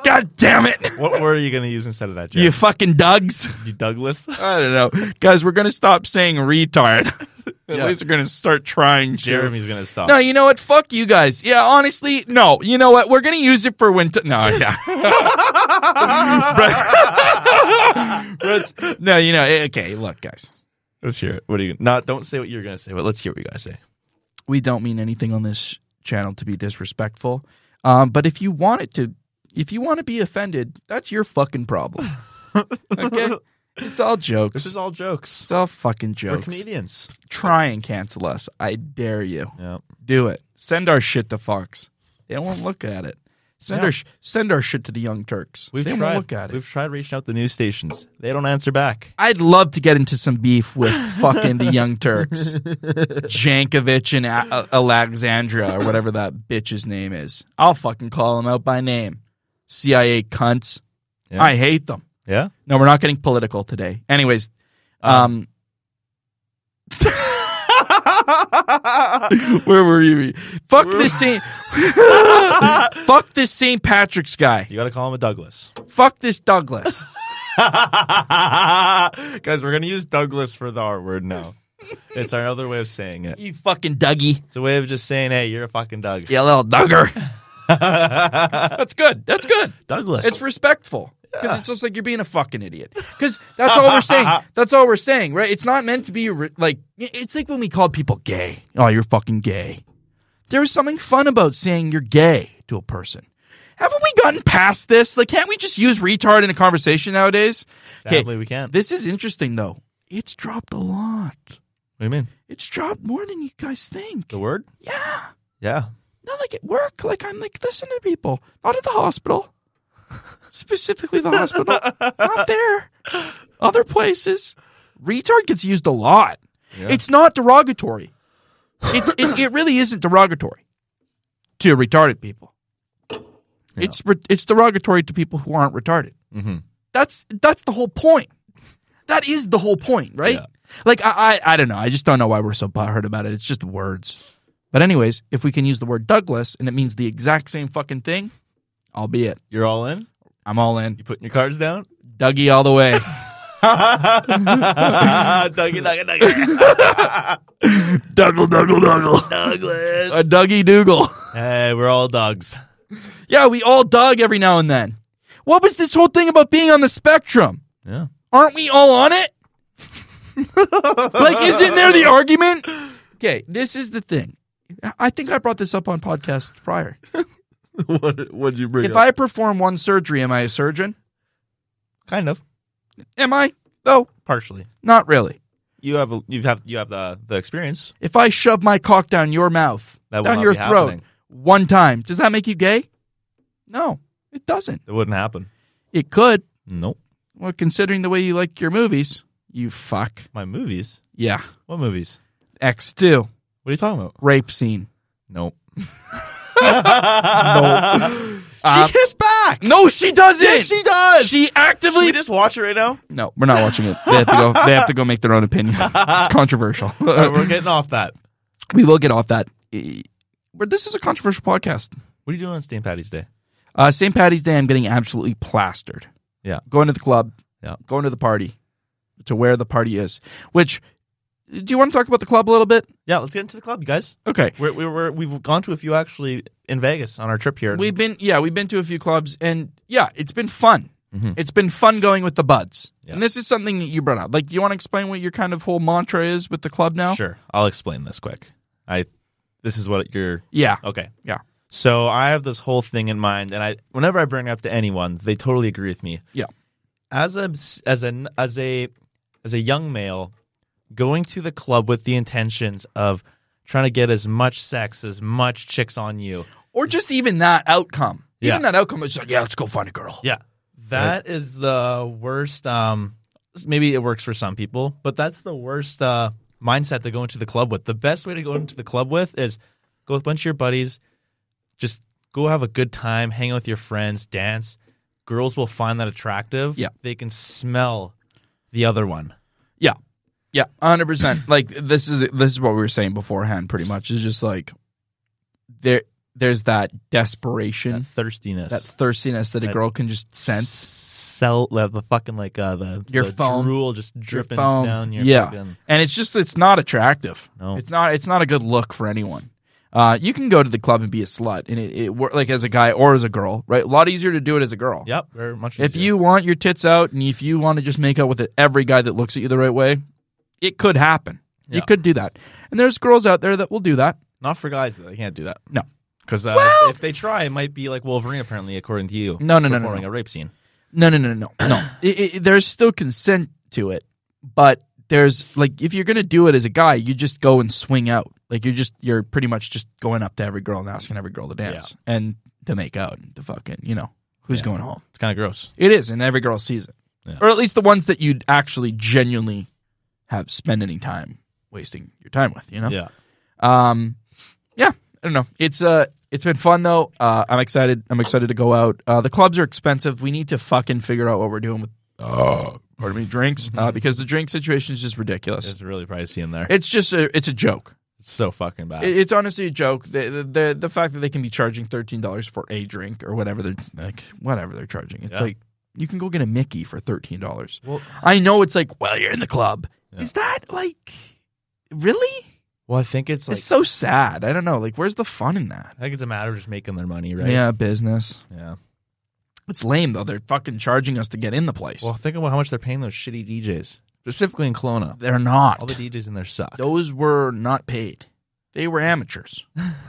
S1: God damn it.
S2: What word are you going to use instead of that,
S1: You
S2: Jeff?
S1: fucking Dougs. (laughs)
S2: You, Douglas? (laughs)
S1: I don't know. Guys, we're going to stop saying (laughs) retard. At
S2: Yeah.
S1: least we're going to start trying, Jeremy.
S2: Jeremy's going to stop.
S1: No, you know what? Fuck you guys. Yeah, honestly, no. You know what? We're gonna use it for winter. No, (laughs) yeah. Brett- Brett- no, you know. eh, Okay, look, guys.
S2: Let's hear it. What are you? Not. Don't say what you're going to say. But let's hear what you guys say.
S1: We don't mean anything on this channel to be disrespectful. Um, but if you want it to, if you want to be offended, that's your fucking
S2: (laughs)
S1: problem. Okay, it's all
S2: This
S1: jokes.
S2: is all jokes.
S1: It's all fucking
S2: We're
S1: jokes.
S2: comedians.
S1: Try and cancel us. I dare you.
S2: Yeah.
S1: Do it. Send our shit to Fox. They won't look at it. Send
S2: Yeah.
S1: our sh- send our shit to the Young Turks.
S2: We've
S1: they
S2: tried.
S1: won't look at it.
S2: We've tried reaching out the news stations. They don't answer back.
S1: I'd love to get into some beef with fucking the Young
S2: (laughs)
S1: Turks, Jankovic and A- A- Alexandra or whatever that bitch's name is. I'll fucking call them out by name. CIA cunts.
S2: Yeah.
S1: I hate them.
S2: Yeah.
S1: No, we're not getting political today. Anyways,
S2: Uh-huh.
S1: um, (laughs) where were you? Fuck this Saint.
S2: (laughs)
S1: fuck this Saint Patrick's guy.
S2: You got to call him a Douglas.
S1: Fuck this Douglas.
S2: (laughs) Guys, we're going to use Douglas for the R word now. It's our other way of saying it.
S1: You fucking Dougie.
S2: It's a way of just saying, hey, you're a fucking Doug.
S1: You little
S2: (laughs)
S1: Dugger. That's good. That's good.
S2: Douglas.
S1: It's respectful because it's just like you're being a fucking idiot. Because that's all we're saying.
S2: (laughs)
S1: That's all we're saying, right? It's not meant to be re- like. It's like when we called people gay. Oh, you're fucking gay. There was something fun about saying you're gay to a person. Haven't we gotten past this? Like, can't we just use retard in a conversation nowadays? Okay,
S2: Sadly, we can't.
S1: this is interesting though. It's dropped a lot.
S2: do you mean?
S1: It's dropped more than you guys think.
S2: The word?
S1: Yeah.
S2: Yeah.
S1: Not like at work. Like I'm like listening to people. Not at the hospital. Specifically the hospital. not there. Other places. Retard gets used a lot.
S2: Yeah.
S1: It's not derogatory. It's it, it really isn't derogatory to retarded people. It's re- it's derogatory to people who aren't retarded.
S2: mm-hmm.
S1: That's that's the whole point. That is the whole point, right?
S2: Yeah.
S1: Like I, I I don't know. I just don't know why we're so butthurt about it. It's just words. But anyways, if we can use the word Douglas and it means the exact same fucking thing, I'll be it.
S2: You're all in?
S1: I'm all in.
S2: You putting your cards down? (laughs)
S1: Dougie all the way.
S2: Dougie, Dougie, Dougie.
S1: (laughs) Dougle, Dougle, Dougle.
S2: Douglas.
S1: A Dougie Dougal.
S2: Hey, we're all dogs.
S1: (laughs) yeah, we all Doug every now and then. What was this whole thing about being on the spectrum?
S2: Yeah. (laughs)
S1: aren't we all on (laughs) it? like, isn't there the argument? Okay, this is the thing. I think I brought this up on podcast prior.
S2: what would you bring
S1: If I perform one surgery, am I a surgeon?
S2: kind of
S1: Am I? Though,
S2: partially.
S1: not really.
S2: You have a, you have you have the the experience.
S1: If I shove my cock down your mouth,
S2: That will
S1: down
S2: not
S1: your
S2: be
S1: throat,
S2: happening.
S1: one time, does that make you gay? No, it doesn't.
S2: It wouldn't happen.
S1: It could.
S2: Nope.
S1: Well, considering the way you like your movies, you fuck.
S2: My movies.
S1: Yeah.
S2: What movies?
S1: X2,
S2: What are you talking about?
S1: rape scene.
S2: (laughs) Nope. no.
S1: Uh,
S2: she is back.
S1: No, she doesn't.
S2: Yes, she does.
S1: She
S2: Should
S1: actively
S2: we just watch it right now?
S1: No, we're not watching it. They have to go. They have to go make their own opinion. It's
S2: (laughs)
S1: controversial.
S2: Alright, we're getting off that.
S1: we will get off that. Eh, But this is a controversial podcast.
S2: What are you doing on St. Patty's Day?
S1: Uh, St. Patty's Day, I'm getting absolutely plastered.
S2: Yeah.
S1: going to the club.
S2: Yeah.
S1: going to the party, to where the party is. Which, do you want to talk about the club a little bit?
S2: Yeah, let's get into the club, you guys.
S1: Okay,
S2: We're, we were, we've gone to a few actually in Vegas on our trip here.
S1: we've been yeah we've been to a few clubs and yeah it's been fun.
S2: Mhm.
S1: It's been fun going with the buds.
S2: Yeah.
S1: And this is something that you brought up. Like, do you want to explain what your kind of whole mantra is with the club now?
S2: Sure, I'll explain this quick. I this is what you're
S1: Yeah.
S2: okay.
S1: Yeah.
S2: So I have this whole thing in mind, and I whenever I bring it up to anyone, they totally agree with me.
S1: Yeah.
S2: As a as an as a as a young male, going to the club with the intentions of trying to get as much sex, as much chicks on you.
S1: or just even that outcome. Even
S2: Yeah.
S1: that outcome is like, yeah, let's go find a girl.
S2: Yeah. that is the worst um maybe it works for some people, but that's the worst uh mindset to go into the club with. The best way to go into the club with is go with a bunch of your buddies, just go have a good time, hang out with your friends, dance. Girls will find that attractive.
S1: Yeah.
S2: They can smell the other one.
S1: yeah, yeah, hundred percent. Like this is this is what we were saying beforehand. Pretty much is just like there. There's that
S2: That
S1: desperation,
S2: thirstiness.
S1: Mm-hmm. that thirstiness that a
S2: That
S1: girl can just sense.
S2: Sell the, the fucking like uh the
S1: Your
S2: the
S1: phone.
S2: drool just dripping
S1: phone.
S2: down your
S1: Yeah.
S2: fucking-
S1: and it's just it's not attractive.
S2: No.
S1: It's not it's not a good look for anyone. Uh, you can go to the club and be a slut, and it, it wor- like as a guy or as a girl, right? A lot easier to do it as a girl.
S2: Yep, very much.
S1: If
S2: easier.
S1: you want your tits out, and if you want to just make out with every guy that looks at you the right way, it could happen.
S2: Yeah.
S1: You could do that, and there's girls out there that will do that.
S2: Not for guys. though. They can't do that.
S1: No.
S2: Because uh, if they try, it might be like Wolverine, apparently, according to you.
S1: No, no, no, no,
S2: performing
S1: no.
S2: a rape scene.
S1: No, no, no, no, no. no. It- it- it- there's still consent to it, but there's like if you're gonna do it as a guy, you just go and swing out. Like you're just you're pretty much just going up to every girl and asking every girl to dance and to make out and to fucking you know who's going home.
S2: It's kind of gross.
S1: It is, and every girl sees it,
S2: Yeah.
S1: or at least the ones that you'd actually genuinely have spent any time wasting your time with. You know.
S2: Yeah.
S1: Um, yeah, I don't know. It's uh, it's been fun though. Uh, I'm excited. I'm excited to go out. Uh, the clubs are expensive. We need to fucking figure out what we're doing with. Uh, pardon me, drinks. Uh, because the drink situation is just ridiculous.
S2: Mm-hmm. It's really pricey in there.
S1: It's just a, it's a joke.
S2: It's so fucking bad.
S1: It- It's honestly a joke. The, the the the fact that they can be charging thirteen dollars for a drink or whatever they're like whatever they're charging. It's
S2: Yeah.
S1: like you can go get a Mickey for thirteen dollars.
S2: well,
S1: I know it's like well you're in the club.
S2: Yeah.
S1: Is that like really?
S2: well, I think it's like.
S1: it's so sad. I don't know. Like where's the fun in that?
S2: I think it's a matter of just making their money, right?
S1: Yeah, business.
S2: Yeah.
S1: It's lame though. They're fucking charging us to get in the place.
S2: Well, think about how much they're paying those shitty DJs, specifically in Kelowna.
S1: They're not.
S2: All the DJs in there suck. (laughs)
S1: Those were not paid. They were amateurs.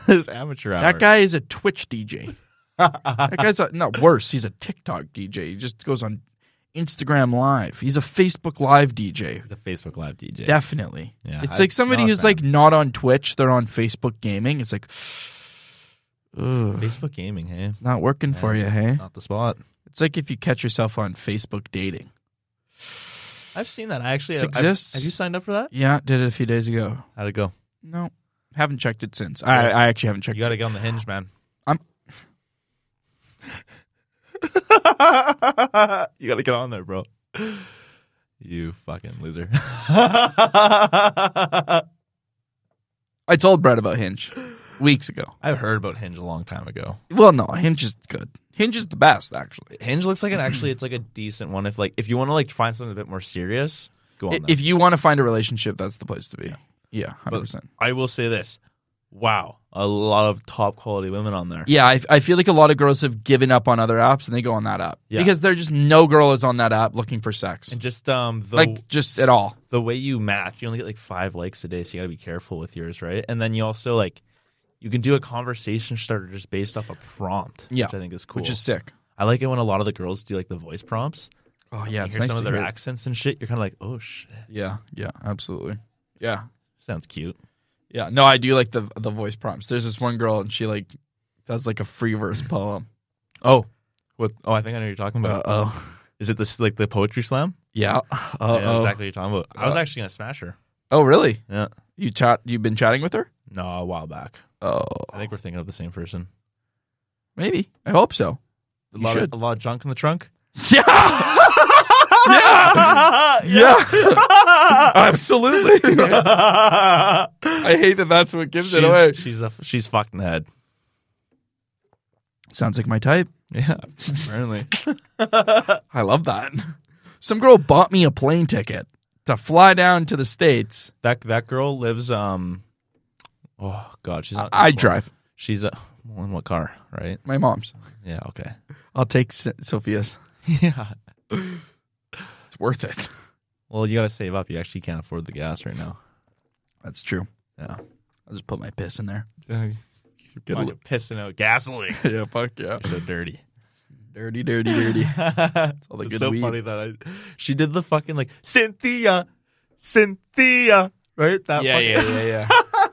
S2: it's amateur hour. (laughs)
S1: That guy is a Twitch DJ.
S2: guy.
S1: That guy's a, not worse. He's a TikTok DJ. He just goes on Instagram Live. He's a Facebook Live DJ.
S2: He's a Facebook Live DJ.
S1: Definitely.
S2: Yeah,
S1: it's
S2: I-
S1: like somebody
S2: not a
S1: who's
S2: fan.
S1: like not on Twitch, they're on Facebook gaming. It's like (sighs) ugh, it's
S2: Facebook gaming, hey,
S1: not working for
S2: Yeah.
S1: you, hey?
S2: not the spot.
S1: It's like if you catch yourself on Facebook dating.
S2: I've seen that. I actually
S1: It
S2: I've-
S1: exists.
S2: Have you signed up for that?
S1: Yeah, did it a few days ago.
S2: How'd it go?
S1: No. Haven't checked it since. I, I actually haven't checked
S2: You got to get on the hinge, man.
S1: I'm-
S2: (laughs) you got to get on there, bro. You fucking loser. (laughs) I've
S1: I told Brett about (gasps) Hinge weeks ago.
S2: heard about Hinge a long time ago.
S1: Well, no, Hinge is good. Hinge is the best, actually.
S2: Hinge looks like an actually it's like a decent one if like if you want to like find something a bit more serious, go on
S1: I-
S2: there.
S1: If you want to find a relationship, that's the place to be. Yeah, hundred
S2: But-
S1: percent.
S2: I will say this. Wow, a lot of top quality women on there.
S1: Yeah, I, I feel like a lot of girls have given up on other apps and they go on that app
S2: Yeah.
S1: because they're just no girl is on that app looking for sex,
S2: And just um the
S1: like just at all.
S2: the way you match, you only get like five likes a day, so you gotta be careful with yours, right? And then you also like you can do a conversation starter just based off a prompt,
S1: Yeah,
S2: which I think is cool.
S1: which is sick.
S2: I like it when a lot of the girls do like the voice prompts.
S1: Oh yeah,
S2: You
S1: it's
S2: hear
S1: nice
S2: some of
S1: to
S2: their
S1: hear.
S2: accents and shit. You're kind of like, oh shit,
S1: Yeah, yeah, absolutely. Yeah,
S2: sounds cute.
S1: yeah. No, I do like the the voice prompts. There's this one girl and she like does like a free verse poem.
S2: Oh, what? Oh, I think I know what you're talking about.
S1: oh.
S2: Is it this like the poetry slam?
S1: Yeah. Uh
S2: Yeah,
S1: oh.
S2: exactly what you're talking about. I was
S1: Uh.
S2: actually gonna smash her.
S1: Oh really?
S2: Yeah.
S1: You chat. You've been chatting with her?
S2: No, a while back.
S1: Oh,
S2: I think we're thinking of the same person.
S1: maybe. I hope so.
S2: A
S1: You
S2: lot, of,
S1: should.
S2: a lot of junk in the trunk.
S1: (laughs) Yeah. (laughs) Yeah. (laughs) Absolutely.
S2: I
S1: I hate that that's what gives
S2: she's,
S1: it away.
S2: She's a she's fucked in the head.
S1: Sounds like my type.
S2: Yeah, apparently.
S1: I love that. Some girl bought me a plane ticket to fly down to the States.
S2: that that girl lives. Um, oh god, she's not.
S1: I drive
S2: She's a. Well, in what car? Right.
S1: my mom's.
S2: Yeah.
S1: (laughs)
S2: Okay.
S1: I'll take S- Sophia's.
S2: Yeah.
S1: It's worth it.
S2: Well, you gotta save up. You actually can't afford the gas right now.
S1: That's true.
S2: Yeah.
S1: I'll just put my piss in there.
S2: You're
S1: a
S2: fucking pissing out gasoline.
S1: (laughs) yeah, fuck yeah.
S2: You're so dirty.
S1: Dirty, dirty,
S2: (laughs)
S1: dirty.
S2: it's
S1: all the good
S2: so
S1: weed.
S2: funny that I, she did the fucking like Cynthia, Cynthia, right?
S1: (laughs)
S2: That fucking,
S1: yeah,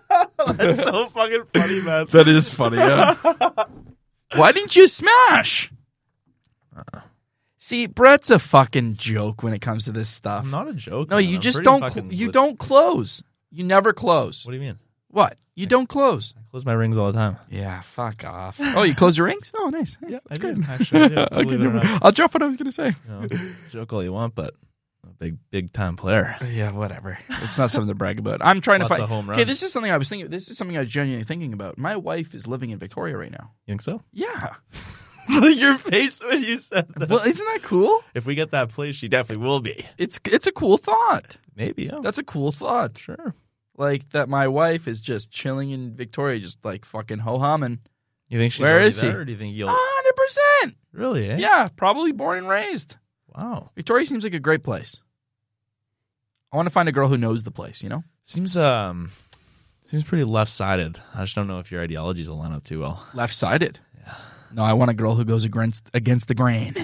S1: yeah.
S2: (laughs) That's so fucking funny,
S1: (laughs)
S2: man.
S1: That is funny. Yeah. (laughs) Why didn't you smash? See, Brett's a fucking joke when it comes to this stuff.
S2: I'm not a joke.
S1: no,
S2: man.
S1: you
S2: I'm
S1: just
S2: pretty
S1: don't.
S2: fucking
S1: Cl- you
S2: li-
S1: don't close. You never close.
S2: What do you mean?
S1: What? You don't close.
S2: I close my rings all the time.
S1: Yeah, fuck off. Oh, you close your rings? Oh, nice. Yeah,
S2: I
S1: that's great.
S2: do, actually, I
S1: (laughs)
S2: do,
S1: okay,
S2: believe it or
S1: never mind.
S2: not.
S1: I'll drop what I was gonna say.
S2: You know,
S1: (laughs)
S2: joke all you want, but I'm a big big time player.
S1: Yeah, whatever. It's not something to brag about. I'm trying to
S2: Lots
S1: find.
S2: of home runs.
S1: Okay, this is something I was thinking. This is something I was genuinely thinking about. My wife is living in Victoria right now.
S2: You think so?
S1: (laughs)
S2: (laughs)
S1: Yeah.
S2: Your face when you said that.
S1: Well, isn't that cool?
S2: if we get that place, she definitely will be.
S1: It's it's a cool thought.
S2: Maybe. Yeah.
S1: That's a cool thought.
S2: sure.
S1: Like that my wife is just chilling in Victoria, just like fucking ho humming.
S2: You think she's
S1: Where
S2: already
S1: is he?
S2: there, or do you think you'll
S1: hundred percent.
S2: really? Eh?
S1: Yeah, probably born and raised.
S2: Wow.
S1: Victoria seems like a great place. I want to find a girl who knows the place, you know?
S2: Seems um seems pretty left sided. I just don't know if your ideologies will line up too well. (laughs)
S1: Left sided. No, I want a girl who goes against against the grain.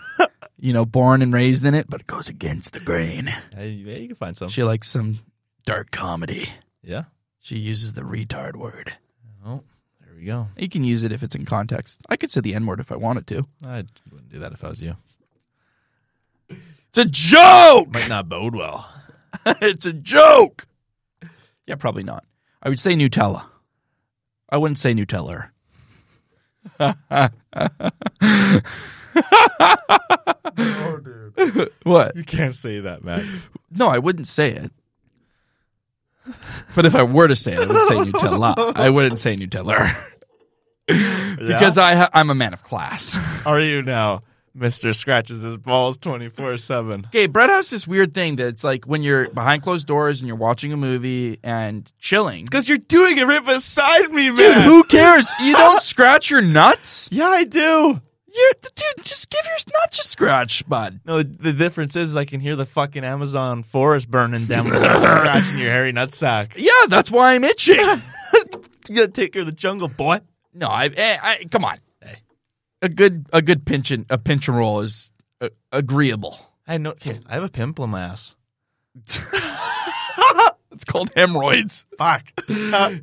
S1: (laughs) you know, born and raised in it, but goes against the grain.
S2: Yeah, you, yeah, you can find some.
S1: She likes some dark comedy.
S2: Yeah.
S1: She uses the retard word.
S2: Oh, there we go.
S1: You can use it if it's in context. I could say the N word if I wanted to.
S2: I wouldn't do that if I was you.
S1: It's a joke.
S2: (laughs) Might not bode well.
S1: (laughs) it's a joke. Yeah, probably not. I would say Nutella. I wouldn't say (laughs) Nutella.
S2: Oh, dude.
S1: What?
S2: You can't say that, (laughs) man.
S1: No, I wouldn't say it. But if I were to say it, I would say Nutella. I wouldn't say Nutella because I ha- I'm a man of class.
S2: are you now, Mister Scratches his balls twenty four seven?
S1: Okay, Brett has this weird thing that it's like when you're behind closed doors and you're watching a movie and chilling.
S2: Because you're doing it right beside me, man.
S1: Dude, who cares? You don't scratch your nuts.
S2: Yeah, I do.
S1: You're, dude, just give your nuts a scratch, bud.
S2: No, the difference is I can hear the fucking Amazon forest burning (laughs) down when you're scratching your hairy nutsack.
S1: Yeah, that's why I'm (laughs) itching.
S2: You gotta take care of the jungle, boy.
S1: no, I, eh, I, come on. A good a good pinch and a pinch and roll is a- agreeable.
S2: I had no. Okay, I have a pimple in my ass.
S1: It's called hemorrhoids.
S2: Fuck.
S1: It's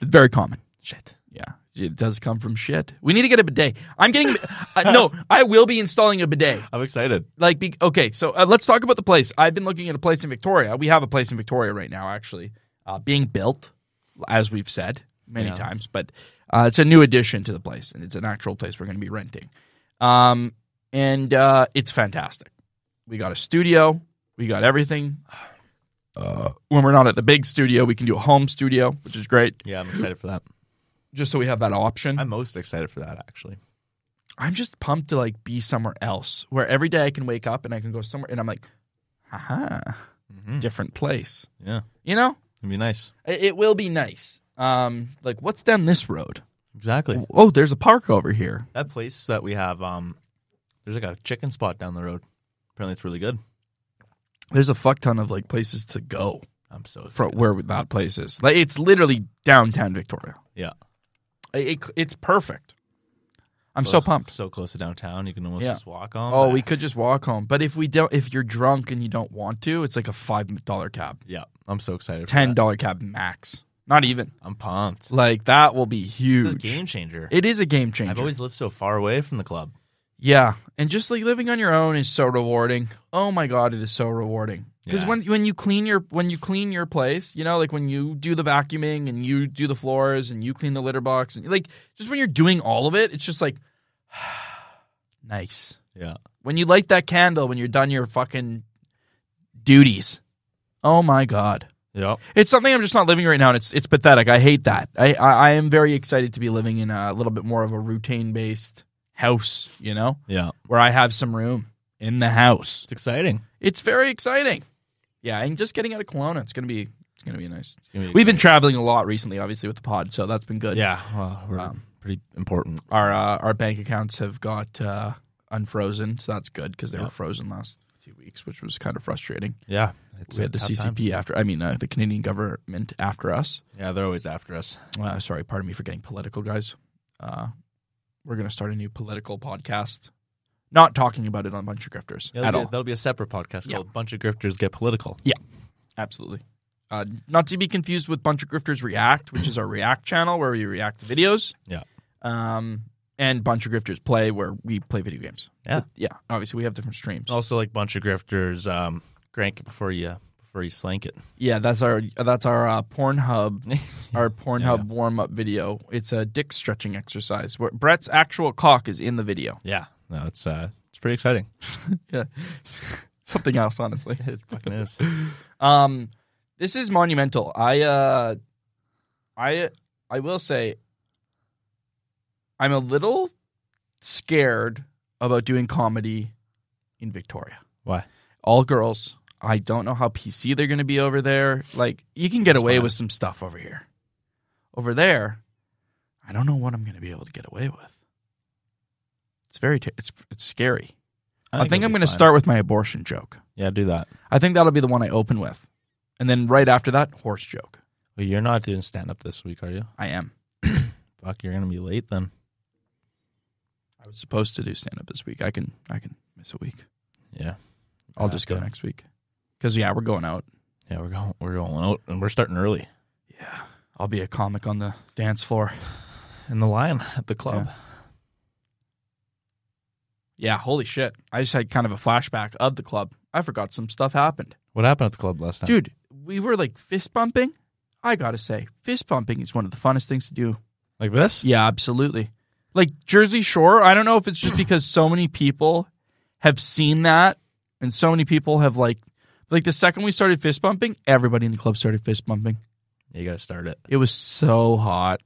S1: very common.
S2: Shit.
S1: Yeah, it does come from shit. We need to get a bidet. I'm getting (laughs) uh, no. I will be installing a bidet.
S2: (laughs) I'm excited.
S1: Like, be, okay, so uh, let's talk about the place. I've been looking at a place in Victoria. We have a place in Victoria right now, actually, uh, being built, as we've said many
S2: Yeah.
S1: times. But uh, it's a new addition to the place, and it's an actual place we're going to be renting. Um, and uh, it's fantastic. We got a studio. We got everything. when we're not at the big studio, we can do a home studio, which is great.
S2: Yeah, I'm excited for that.
S1: Just so we have that option.
S2: I'm most excited for that actually.
S1: I'm just pumped to like be somewhere else where every day I can wake up and I can go somewhere and I'm like, haha,
S2: Mhm.
S1: different place.
S2: Yeah,
S1: You know,
S2: it'd be nice.
S1: it, it will be nice. Um, like what's down this road?
S2: Exactly.
S1: Oh, there's a park over here.
S2: That place that we have, um, there's like a chicken spot down the road. Apparently, it's really good.
S1: There's a fuck ton of like places to go
S2: I'm so
S1: for
S2: excited.
S1: where that place is. Like it's literally downtown Victoria.
S2: Yeah.
S1: It, it- it's perfect. I'm so
S2: Ugh,
S1: pumped.
S2: So close to downtown, you can almost
S1: Yeah.
S2: just walk on.
S1: Oh,
S2: back.
S1: we could just walk home, but if we don't, if you're drunk and you don't want to, it's like a five dollar cab,
S2: Yeah, I'm so excited. For
S1: ten
S2: that.
S1: dollar cab max, not even.
S2: I'm pumped.
S1: Like that will be
S2: This is
S1: huge.
S2: game changer.
S1: It is a game changer.
S2: I've always lived so far away from the club.
S1: yeah, and just like living on your own is so rewarding. Oh my god, it is so rewarding. Because
S2: Yeah.
S1: when when you clean your when you clean your place, you know, like when you do the vacuuming and you do the floors and you clean the litter box and like just when you're doing all of it, it's just like (sighs) nice.
S2: Yeah,
S1: When you light that candle when you're done your fucking duties. Oh my god.
S2: yeah.
S1: It's something I'm just not living right now, and it's it's pathetic. I hate that. I I, I am very excited to be living in a little bit more of a routine based house, you know,
S2: Yeah,
S1: where I have some room in the house.
S2: it's exciting.
S1: It's very exciting. Yeah, and just getting out of Kelowna, it's gonna be it's gonna be nice.
S2: It's gonna be
S1: We've been
S2: great.
S1: traveling a lot recently, obviously with the pod, so that's been good.
S2: yeah, well, we're
S1: Um,
S2: pretty important.
S1: our uh, our bank accounts have got uh, unfrozen, so that's good because they
S2: Yeah.
S1: were frozen last two weeks, which was kind of frustrating.
S2: Yeah, it's
S1: we had the
S2: tough
S1: CCP
S2: times.
S1: after, I mean, uh, the Canadian government after us.
S2: Yeah, they're always after us.
S1: uh, sorry, pardon me for getting political, guys. Uh, we're going to start a new political podcast, not talking about it on Bunch of Grifters
S2: Yeah,
S1: at
S2: that'll, be,
S1: all.
S2: that'll be a separate podcast
S1: Yeah.
S2: called "Bunch of Grifters Get Political."
S1: Absolutely. Uh, not to be confused with Bunch of Grifters React, which is our React channel where we react to videos.
S2: Yeah.
S1: Um, and Bunch of Grifters Play, where we play video games.
S2: Yeah. Oh.
S1: Yeah. Obviously, we have different streams.
S2: Also, like bunch of grifters, um, crank it before you before you slank it. (laughs)
S1: Yeah, that's our that's our uh, Pornhub our Pornhub
S2: yeah.
S1: warm up video. It's a dick stretching exercise where Brett's actual cock is in the video.
S2: Yeah, no, it's uh, it's pretty exciting.
S1: Yeah. (laughs) Something else, honestly.
S2: It
S1: (laughs)
S2: fucking is.
S1: Um, this is monumental. I, uh, I, I will say, I'm a little scared about doing comedy in Victoria.
S2: Why?
S1: All girls. I don't know how PC they're going to be over there. Like, you can get
S2: That's
S1: away
S2: fine.
S1: with some stuff over here. Over there, I don't know what I'm going to be able to get away with. It's very, t- it's it's scary. I think
S2: it'll
S1: I'm
S2: be
S1: going to
S2: fine.
S1: start with my abortion joke.
S2: Yeah, do that.
S1: I think that'll be the one I open with. And then right after that, horse joke.
S2: Well, you're not doing stand up this week, are you?
S1: I am.
S2: Fuck, you're gonna be late then.
S1: I was supposed to do stand up this week. I can I can miss a week.
S2: Yeah,
S1: I'll
S2: Yeah,
S1: just go
S2: okay.
S1: next week. Cuz yeah, we're going out.
S2: yeah, we're going we're going out and we're starting early.
S1: Yeah. I'll be a comic on the dance floor.
S2: And the lion at the club.
S1: Yeah, holy shit. I just had kind of a flashback of the club. I forgot some stuff happened.
S2: What happened at the club last night?
S1: Dude, we were like fist bumping. I got to say, fist bumping is one of the funnest things to do
S2: like this?
S1: Yeah, absolutely. Like Jersey Shore, I don't know if it's just because so many people have seen that and so many people have like like the second we started fist bumping, everybody in the club started fist bumping.
S2: You gotta start it.
S1: It was so hot.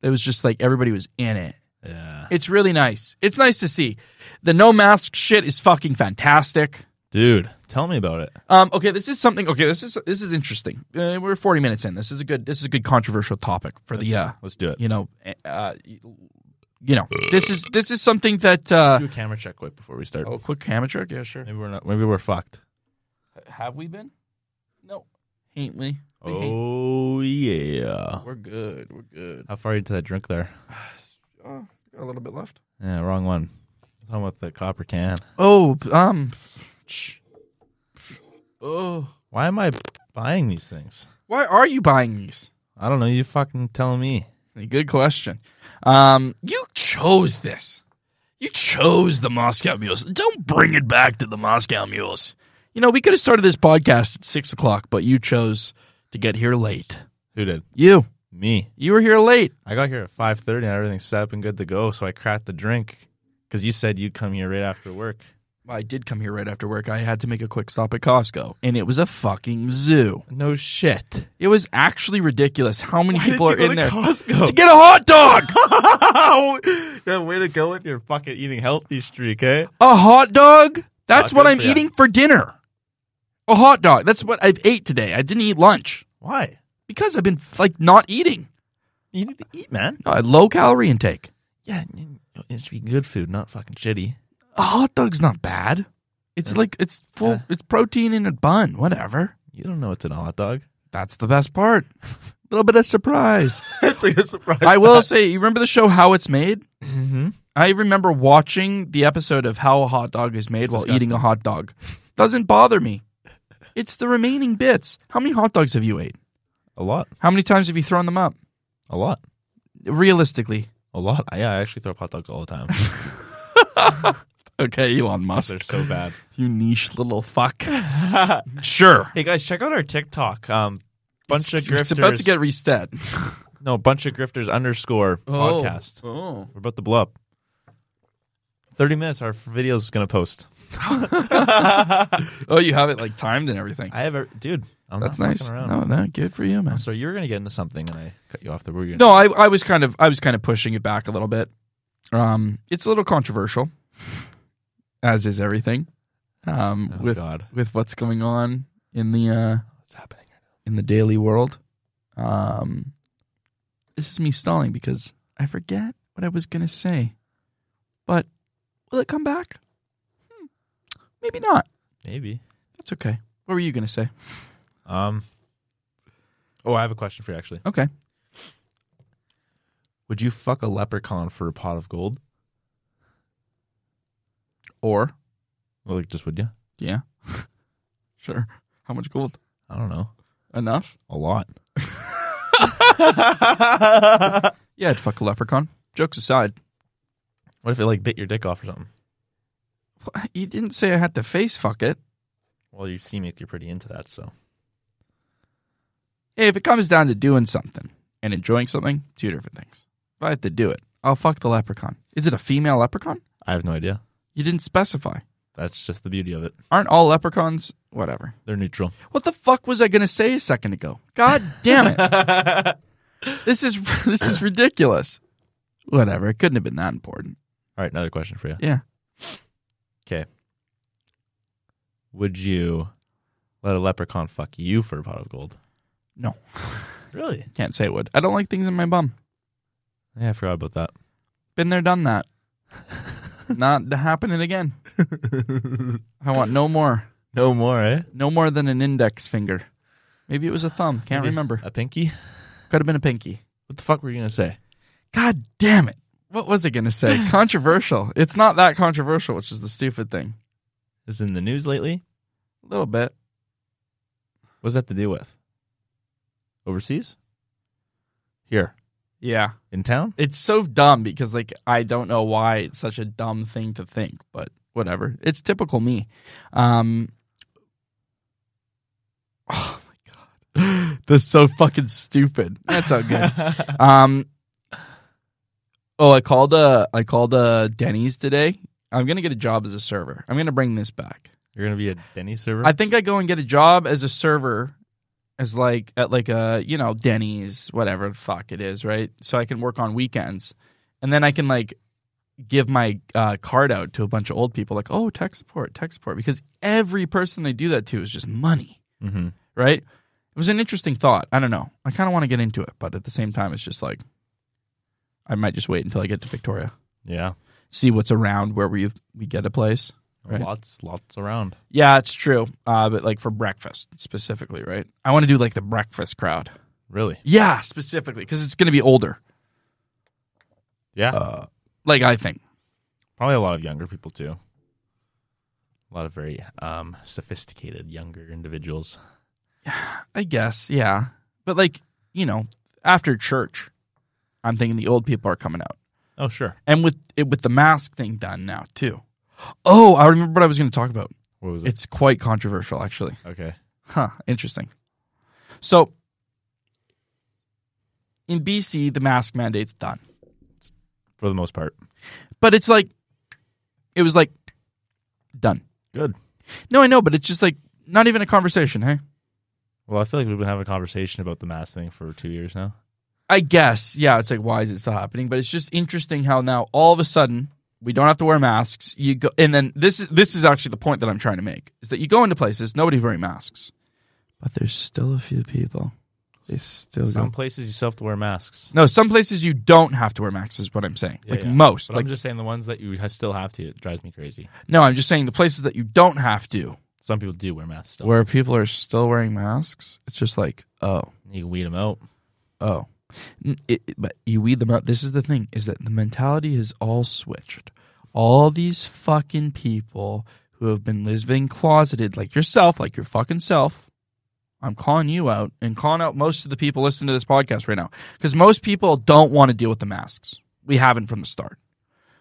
S1: It was just like everybody was in it.
S2: Yeah,
S1: It's really nice. It's nice to see. The no mask shit is fucking fantastic.
S2: dude, tell me about it.
S1: Um, okay, this is something. Okay, this is this is interesting. Uh, we're forty minutes in. This is a good. This is a good controversial topic for the uh,
S2: Let's do it.
S1: you know, uh, you know, this is this is something that uh,
S2: Do a camera check quick before we start.
S1: Oh, quick camera trick? Yeah, sure.
S2: Maybe we're not. Maybe we're fucked.
S1: Have we been? No. Ain't we? we ain't-
S2: Oh yeah.
S1: We're good. We're good.
S2: How far into that drink there?
S1: Oh, got a little bit left.
S2: Yeah, wrong one. Talking about the copper can.
S1: Oh, um, oh,
S2: Why am I buying these things?
S1: why are you buying these?
S2: I don't know. You fucking telling me.
S1: Good question. Um, you chose this. You chose the Moscow Mules. Don't bring it back to the Moscow Mules. You know, we could have started this podcast at six o'clock, but you chose to get here late.
S2: Who did?
S1: You,
S2: Me.
S1: you were here late.
S2: I got here at five thirty and everything's set up and good to go. So I cracked the drink because you said you'd come here right after work.
S1: I did come here right after work. I had to make a quick stop at Costco, and it was a fucking zoo.
S2: No shit.
S1: It was actually ridiculous how many
S2: Why
S1: people
S2: did
S1: are
S2: you go
S1: in
S2: to
S1: there
S2: Costco?
S1: to
S2: (laughs)
S1: get a hot dog.
S2: yeah, way to go with your fucking eating healthy streak, eh?
S1: A hot dog? That's
S2: Hot
S1: what
S2: dog
S1: I'm
S2: for ya.
S1: eating for dinner. A hot dog. That's what I've ate today. I didn't eat lunch
S2: Why?
S1: because I've been like not eating.
S2: You need to eat, man.
S1: No, I had low calorie intake.
S2: Yeah, n- n- it should be good food, not fucking shitty.
S1: A hot dog's not bad. It's
S2: Yeah.
S1: like it's full.
S2: Yeah.
S1: It's protein in a bun. Whatever.
S2: You don't know it's in a hot dog.
S1: That's the best part. (laughs) A little bit of surprise.
S2: (laughs) it's like a surprise.
S1: I will say, you remember the show How It's Made?
S2: (laughs) Mm-hmm.
S1: I remember watching the episode of How a Hot Dog is Made
S2: It's
S1: while
S2: disgusting.
S1: eating a hot dog. Doesn't bother me. It's the remaining bits. How many hot dogs have you ate?
S2: A lot.
S1: How many times have you thrown them up?
S2: A lot.
S1: Realistically.
S2: A lot. Yeah, I actually throw up hot dogs all the (laughs) time.
S1: Okay, Elon Musk.
S2: They're so bad.
S1: You niche little fuck. Sure.
S2: hey guys, check out our TikTok. Um, bunch of grifters.
S1: It's about to get reset.
S2: no bunch of grifters underscore podcast.
S1: Oh.
S2: We're about to blow up. Thirty minutes. Our video is gonna (laughs) post.
S1: Oh, you have it like timed and everything.
S2: I have a dude. I'm
S1: That's
S2: not fucking
S1: nice.
S2: Around.
S1: No, no, good for you, man.
S2: So you were gonna get into something, and I cut you off. There, were you?
S1: No, I, I was kind of I was kind of pushing it back a little bit. Um, it's a little controversial, (laughs) as is everything. Um,
S2: Oh,
S1: with
S2: God.
S1: with what's going on in the uh,
S2: What's happening?
S1: in the daily world. Um, this is me stalling because I forget what I was gonna say. But will it come back? Hmm, maybe not.
S2: Maybe.
S1: That's okay. What were you gonna say?
S2: Um. Oh, I have a question for you. Actually,
S1: Okay.
S2: would you fuck a leprechaun for a pot of gold?
S1: Or
S2: Well, like, just would you?
S1: yeah, (laughs) sure. How much gold?
S2: I don't know.
S1: Enough?
S2: A (laughs) lot.
S1: Yeah, I'd fuck a leprechaun. Jokes aside.
S2: what if it like bit your dick off or something?
S1: Well, You didn't say I had to face fuck it.
S2: Well, you seem like you're pretty into that, so
S1: Hey, if it comes down to doing something and enjoying something, two different things. If I have to do it, I'll fuck the leprechaun. Is it a female leprechaun?
S2: I have no idea.
S1: You didn't specify.
S2: That's just the beauty of it.
S1: Aren't all leprechauns whatever?
S2: They're (laughs) neutral.
S1: What the fuck was I gonna say a second ago? God damn it!
S2: All
S1: this is (laughs) this is ridiculous. Whatever. It couldn't have been that important.
S2: right, another question for you.
S1: Yeah.
S2: Okay. Would you let a leprechaun fuck you for a pot of gold?
S1: No.
S2: (laughs) Really?
S1: Can't say it would. I don't like things in my bum.
S2: Yeah, I forgot about that.
S1: Been there, done that. Not happening again. I want no more.
S2: No more, eh?
S1: No more than an index finger. Maybe it was a thumb. Can't
S2: Maybe
S1: remember.
S2: A pinky?
S1: Could have been a pinky.
S2: What the fuck were you gonna say?
S1: God damn it. What was I going to say? controversial. It's not that controversial, which is the stupid thing.
S2: Is in the news lately?
S1: A little bit.
S2: What's that to do with? Overseas? Here.
S1: Yeah.
S2: In town?
S1: It's so dumb because, like, I don't know why it's such a dumb thing to think, but whatever. It's typical me. Um, (sighs) oh, my God. (laughs) That's so fucking stupid. That's all
S2: (laughs)
S1: good. Um. Oh, I called a I called a Denny's today. I'm gonna get a job as a server. I'm gonna bring this back.
S2: You're gonna be a Denny server?
S1: I think I go and get a job as a server, as like at like a you know Denny's whatever the fuck it is, right? So I can work on weekends, and then I can like give my uh, card out to a bunch of old people, like oh tech support, tech support, because every person I do that to is just money
S2: mm-hmm.
S1: right? It was an interesting thought. I don't know. I kind of want to get into it, but at the same time, it's just like I might just wait until I get to Victoria,
S2: Yeah.
S1: see what's around where we we get a place. Right.
S2: Lots, lots around.
S1: Yeah, it's true. Uh, but like for breakfast specifically, right? I want to do like the breakfast crowd.
S2: Really?
S1: Yeah,
S2: Uh,
S1: specifically because it's going to be older.
S2: Yeah.
S1: Like I think
S2: Probably a lot of younger people too. A lot of very um, sophisticated younger individuals.
S1: I guess, yeah. But like, you know, after church, I'm thinking the old people are coming out.
S2: Oh sure.
S1: And with it with the mask thing done now too. Oh, I remember what I was going to talk about.
S2: What was it?
S1: It's quite controversial actually.
S2: okay.
S1: Huh, interesting. So in BC, the mask mandate's done.
S2: For the most part.
S1: But it's like it was like done.
S2: Good.
S1: No, I know, but it's just like not even a conversation, hey?
S2: Well, I feel like we've been having a conversation about the mask thing for two years now.
S1: I guess, yeah, it's like why is it still happening? But it's just interesting how now all of a sudden we don't have to wear masks. You go and then this is this is actually the point that I'm trying to make is that you go into places, nobody's wearing masks. But there's still a few people. They still
S2: Some
S1: go.
S2: places you still have to wear masks.
S1: No, some places you don't have to wear masks is what I'm saying.
S2: Yeah,
S1: like
S2: yeah.
S1: most.
S2: But
S1: like
S2: I'm just saying the ones that you ha- still have to. It drives me crazy.
S1: no, I'm just saying the places that you don't have to
S2: Some people do wear masks still.
S1: where people are still wearing masks, it's just like, oh,
S2: You can weed them out.
S1: Oh, N- it, it- but you weed them out. This is the thing: is that the mentality has all switched. All these fucking people who have been living closeted, like yourself, like your fucking self. I'm calling you out and calling out most of the people listening to this podcast right now because most people don't want to deal with the masks. We haven't from the start,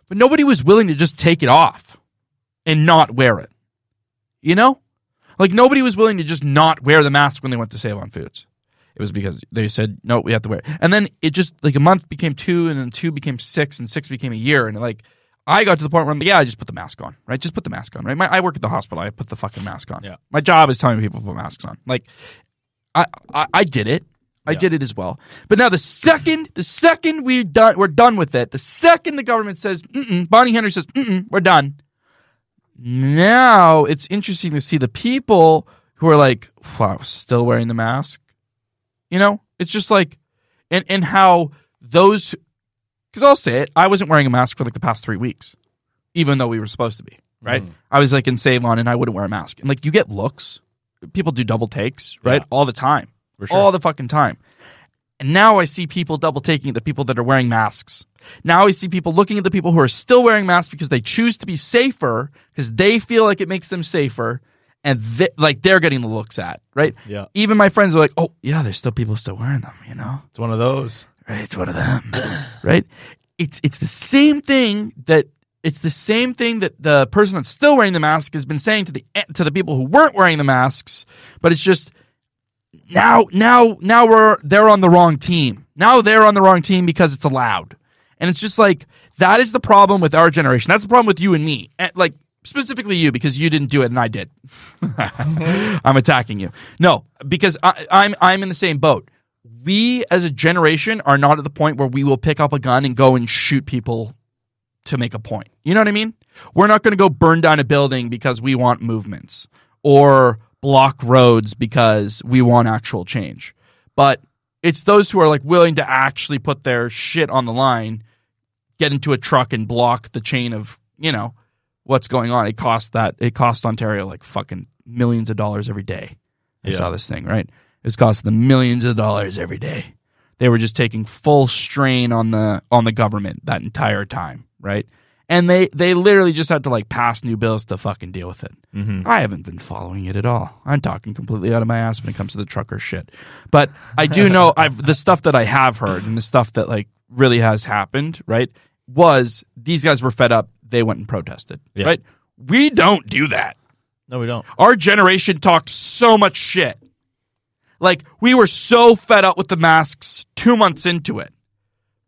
S1: but nobody was willing to just take it off and not wear it. You know, like nobody was willing to just not wear the mask when they went to Save on Foods. It was because they said no, we have to wear. it." And then it just like a month became two, and then two became six, and six became a year, and like I got to the point where I'm like, yeah, I just put the mask on, right? Just put the mask on, right? My, I work at the hospital, I put the fucking mask on.
S2: Yeah.
S1: my job is telling people to put masks on. Like, I I, I did it, I
S2: Yeah.
S1: did it as well. But now the second the second we done we're done with it, the second the government says, Mm-mm, Bonnie Henry says, Mm-mm, we're done. Now it's interesting to see the people who are like, wow, still wearing the mask. You know, it's just like, and and how those, because I'll say it, I wasn't wearing a mask for like the past three weeks, even though we were supposed to be. Right?
S2: Mhm.
S1: I was like in Save On, and I wouldn't wear a mask, and like you get looks. People do double takes, right,
S2: Yeah.
S1: all the time,
S2: For sure.
S1: all the fucking time. And now I see people double taking the people that are wearing masks. Now I see people looking at the people who are still wearing masks because they choose to be safer because they feel like it makes them safer, and they, like they're getting the looks at right
S2: yeah.
S1: even my friends are like, oh yeah, there's still people still wearing them, you know?
S2: It's one of those.
S1: Right? It's one of them. right? It's it's the same thing that it's the same thing that the person that's still wearing the mask has been saying to the eh, to the people who weren't wearing the masks, but it's just now now now we're they're on the wrong team. Now they're on the wrong team because it's allowed. And it's just like that is the problem with our generation. That's the problem with you and me. And, like specifically you because you didn't do it and I did. I'm attacking you. No, because I, I'm I'm in the same boat. We as a generation are not at the point where we will pick up a gun and go and shoot people to make a point. You know what I mean? We're not going to go burn down a building because we want movements or block roads because we want actual change. But it's those who are like willing to actually put their shit on the line, get into a truck and block the chain of, you know, what's going on. It cost that it cost Ontario like fucking millions of dollars every day. I
S2: Yeah.
S1: saw this thing, right? It's cost them millions of dollars every day they were just taking full strain on the on the government that entire time, right? And they they literally just had to like pass new bills to fucking deal with it.
S2: Mhm.
S1: I haven't been following it at all. I'm talking completely out of my ass when it comes to the trucker shit. But I
S2: (laughs)
S1: do know I've the stuff that I have heard and the stuff that like really has happened, right? Was these guys were fed up, they went and protested,
S2: Yeah.
S1: right? We don't do that
S2: No, we don't.
S1: our generation talked so much shit. Like we were so fed up with the masks two months into it,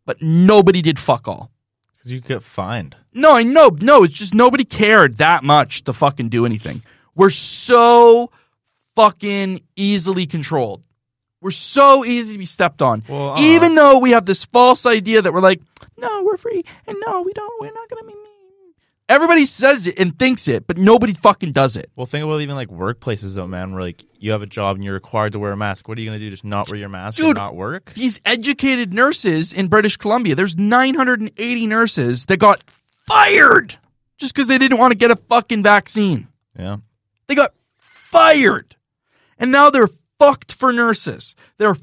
S1: but nobody did fuck all.
S2: Because you get fined.
S1: No, I know, no, it's just nobody cared that much to fucking do anything. We're so fucking easily controlled. We're so easy to be stepped on.
S2: Well, uh,
S1: Even though we have this false idea that we're like, no, we're free, and no, we don't, we're not gonna be mean. Everybody says it and thinks it, but nobody fucking does it.
S2: Well, think about even like workplaces though, man. Where like you have a job and you're required to wear a mask. What are you gonna do? Just not wear your mask
S1: Dude.
S2: and not work?
S1: these educated nurses in British Columbia. There's 980 nurses that got fired just because they didn't want to get a fucking vaccine.
S2: Yeah.
S1: They got fired. And now they're fucked for nurses. They're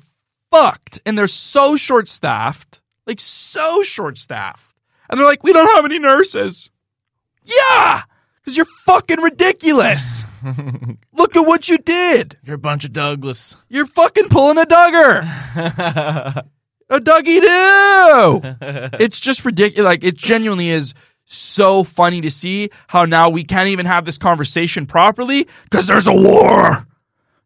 S1: fucked and they're so short staffed, like so short staffed. And they're like, we don't have any nurses. Yeah, because you're fucking ridiculous. Look at what you did.
S2: You're a bunch of Douglas.
S1: You're fucking pulling a Duggar, a Dougie do. It's just ridiculous. Like it genuinely is so funny to see how now we can't even have this conversation properly because there's a war.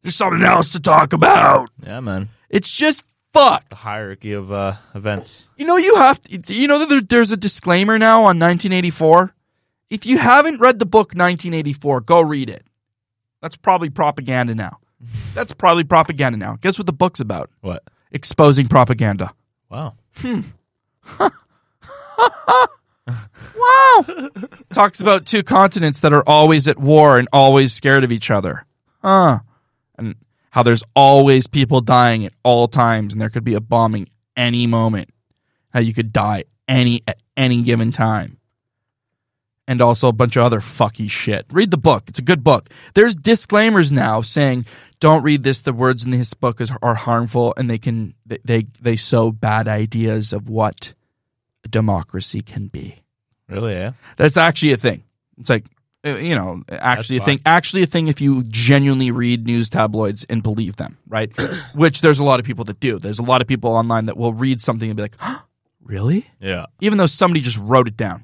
S1: There's something else to talk about.
S2: yeah, man.
S1: It's just fucked.
S2: The hierarchy of uh, events.
S1: You know, you have to, you know that there, there's a disclaimer now on 1984. If you haven't read the book 1984, go read it. That's probably propaganda now. That's probably propaganda now. Guess what the book's about?
S2: What?
S1: Exposing propaganda.
S2: Wow.
S1: Wow. (laughs) Talks about two continents that are always at war and always scared of each other. Huh. And how there's always people dying at all times and there could be a bombing any moment. How you could die any at any given time. And also a bunch of other fucky shit. Read the book. It's a good book. There's disclaimers now saying, don't read this. The words in this book is, are harmful and they can, they, they, they sow bad ideas of what democracy can be.
S2: Really? eh? Yeah.
S1: That's actually a thing. It's like uh, you know, actually a
S2: That's
S1: thing. Actually a thing if you genuinely read news tabloids and believe them,
S2: (coughs)
S1: right? Which there's a lot of people that do. There's a lot of people online that will read something and be like, "Huh, "Really?"
S2: Yeah.
S1: Even though somebody just wrote it down.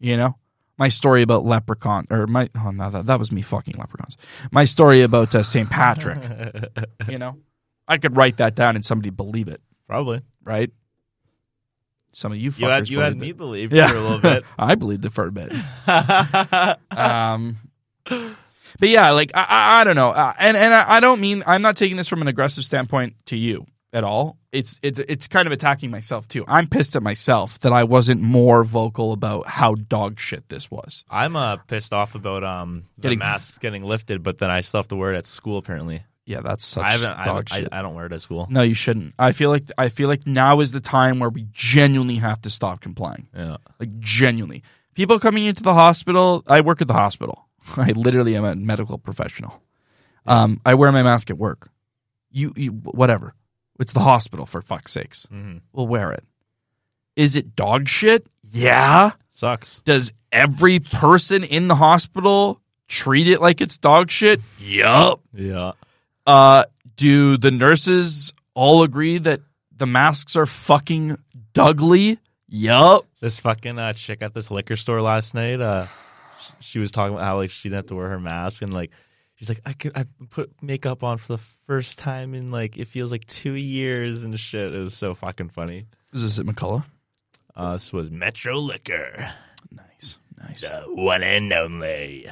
S1: You know, my story about leprechaun or my oh no that, that was me fucking leprechauns. My story about uh, St. Patrick. you know, I could write that down and somebody believe it,
S2: (laughs) Probably.
S1: right? Some of you fuckers
S2: You had you had
S1: believed
S2: me
S1: it.
S2: believe
S1: Yeah.
S2: for a little (laughs) bit.
S1: (laughs) I believed it for a bit. um, but yeah, like I, I, I don't know, uh, and and I, I don't mean I'm not taking this from an aggressive standpoint to you at all. It's it's it's kind of attacking myself too. I'm pissed at myself that I wasn't more vocal about how dog shit this was.
S2: I'm uh, pissed off about um the
S1: Getting-
S2: masks getting lifted, but then I still have to wear it at school. Apparently,
S1: Yeah, that's such
S2: I haven't. I,
S1: dog
S2: don't- I,
S1: shit.
S2: I don't wear it at school.
S1: no, you shouldn't. I feel like I feel like now is the time where we genuinely have to stop complying.
S2: Yeah.
S1: Like genuinely, people coming into the hospital. I work at the hospital. (laughs) I literally am a medical professional. Um, I wear my mask at work. You, you, whatever. It's the hospital for fuck's sakes.
S2: hmm
S1: We'll wear it. Is it dog shit? Yeah.
S2: Sucks.
S1: Does every person in the hospital treat it like it's dog shit? Yup.
S2: Yeah.
S1: Uh, do the nurses all agree that the masks are fucking Dougly? Yup.
S2: This fucking uh, chick at this liquor store last night. Uh, sh- she was talking about how like she didn't have to wear her mask and like she's like I could I put makeup on for the first time in like it feels like two years and shit. It was so fucking funny.
S1: Is this at McCullough?
S2: Uh, this was Metro Liquor,
S1: Nice. Nice.
S2: the one and only,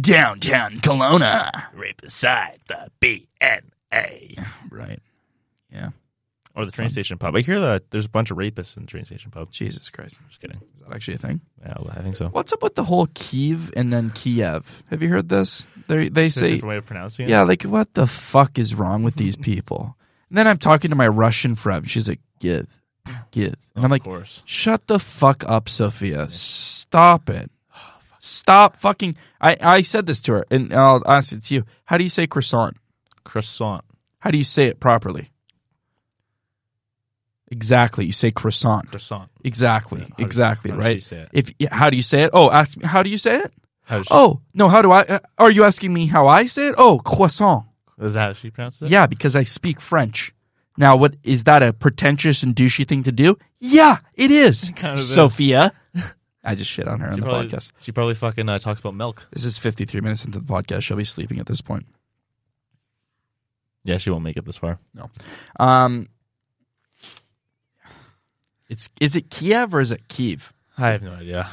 S1: Downtown Kelowna.
S2: right beside the BNA
S1: Right.
S2: or the train station pub. I hear that there's a bunch of rapists in the train station pub.
S1: Jesus Christ.
S2: Just kidding.
S1: Is that actually a thing?
S2: Yeah, I think so.
S1: What's up with the whole Kiev and then Kiev? Have you heard this? They they
S2: It's a
S1: say
S2: different way of pronouncing it.
S1: yeah, like what the fuck is wrong with these people? And then I'm talking to my Russian friend. She's like, "Give, give," and I'm
S2: of
S1: like,
S2: course.
S1: "Shut the fuck up, Sophia! Stop it! Stop fucking!" I I said this to her, and I'll ask it to you. How do you say croissant?
S2: Croissant.
S1: How do you say it properly? Exactly, you say croissant.
S2: Croissant.
S1: Exactly,
S2: Yeah, how does-
S1: exactly,
S2: how does
S1: right?
S2: she say it?
S1: If yeah, how do you say it? Oh, ask me, how do you say it?
S2: How does she-
S1: Oh, no, how do I? Uh, are you asking me how I say it? Oh, croissant.
S2: Is that how she pronounces it?
S1: Yeah, because I speak French. Now, what is that a pretentious and douchey thing to do? Yeah, it is.
S2: (laughs) kind of is.
S1: Sophia, (laughs) I just shit on her on
S2: She
S1: the
S2: probably,
S1: podcast.
S2: she probably fucking uh, talks about milk.
S1: This is 53 minutes into the podcast. She'll be sleeping at this point.
S2: Yeah, she won't make it this far.
S1: Um, it's is it Kiev or is it Kiev?
S2: I have no idea.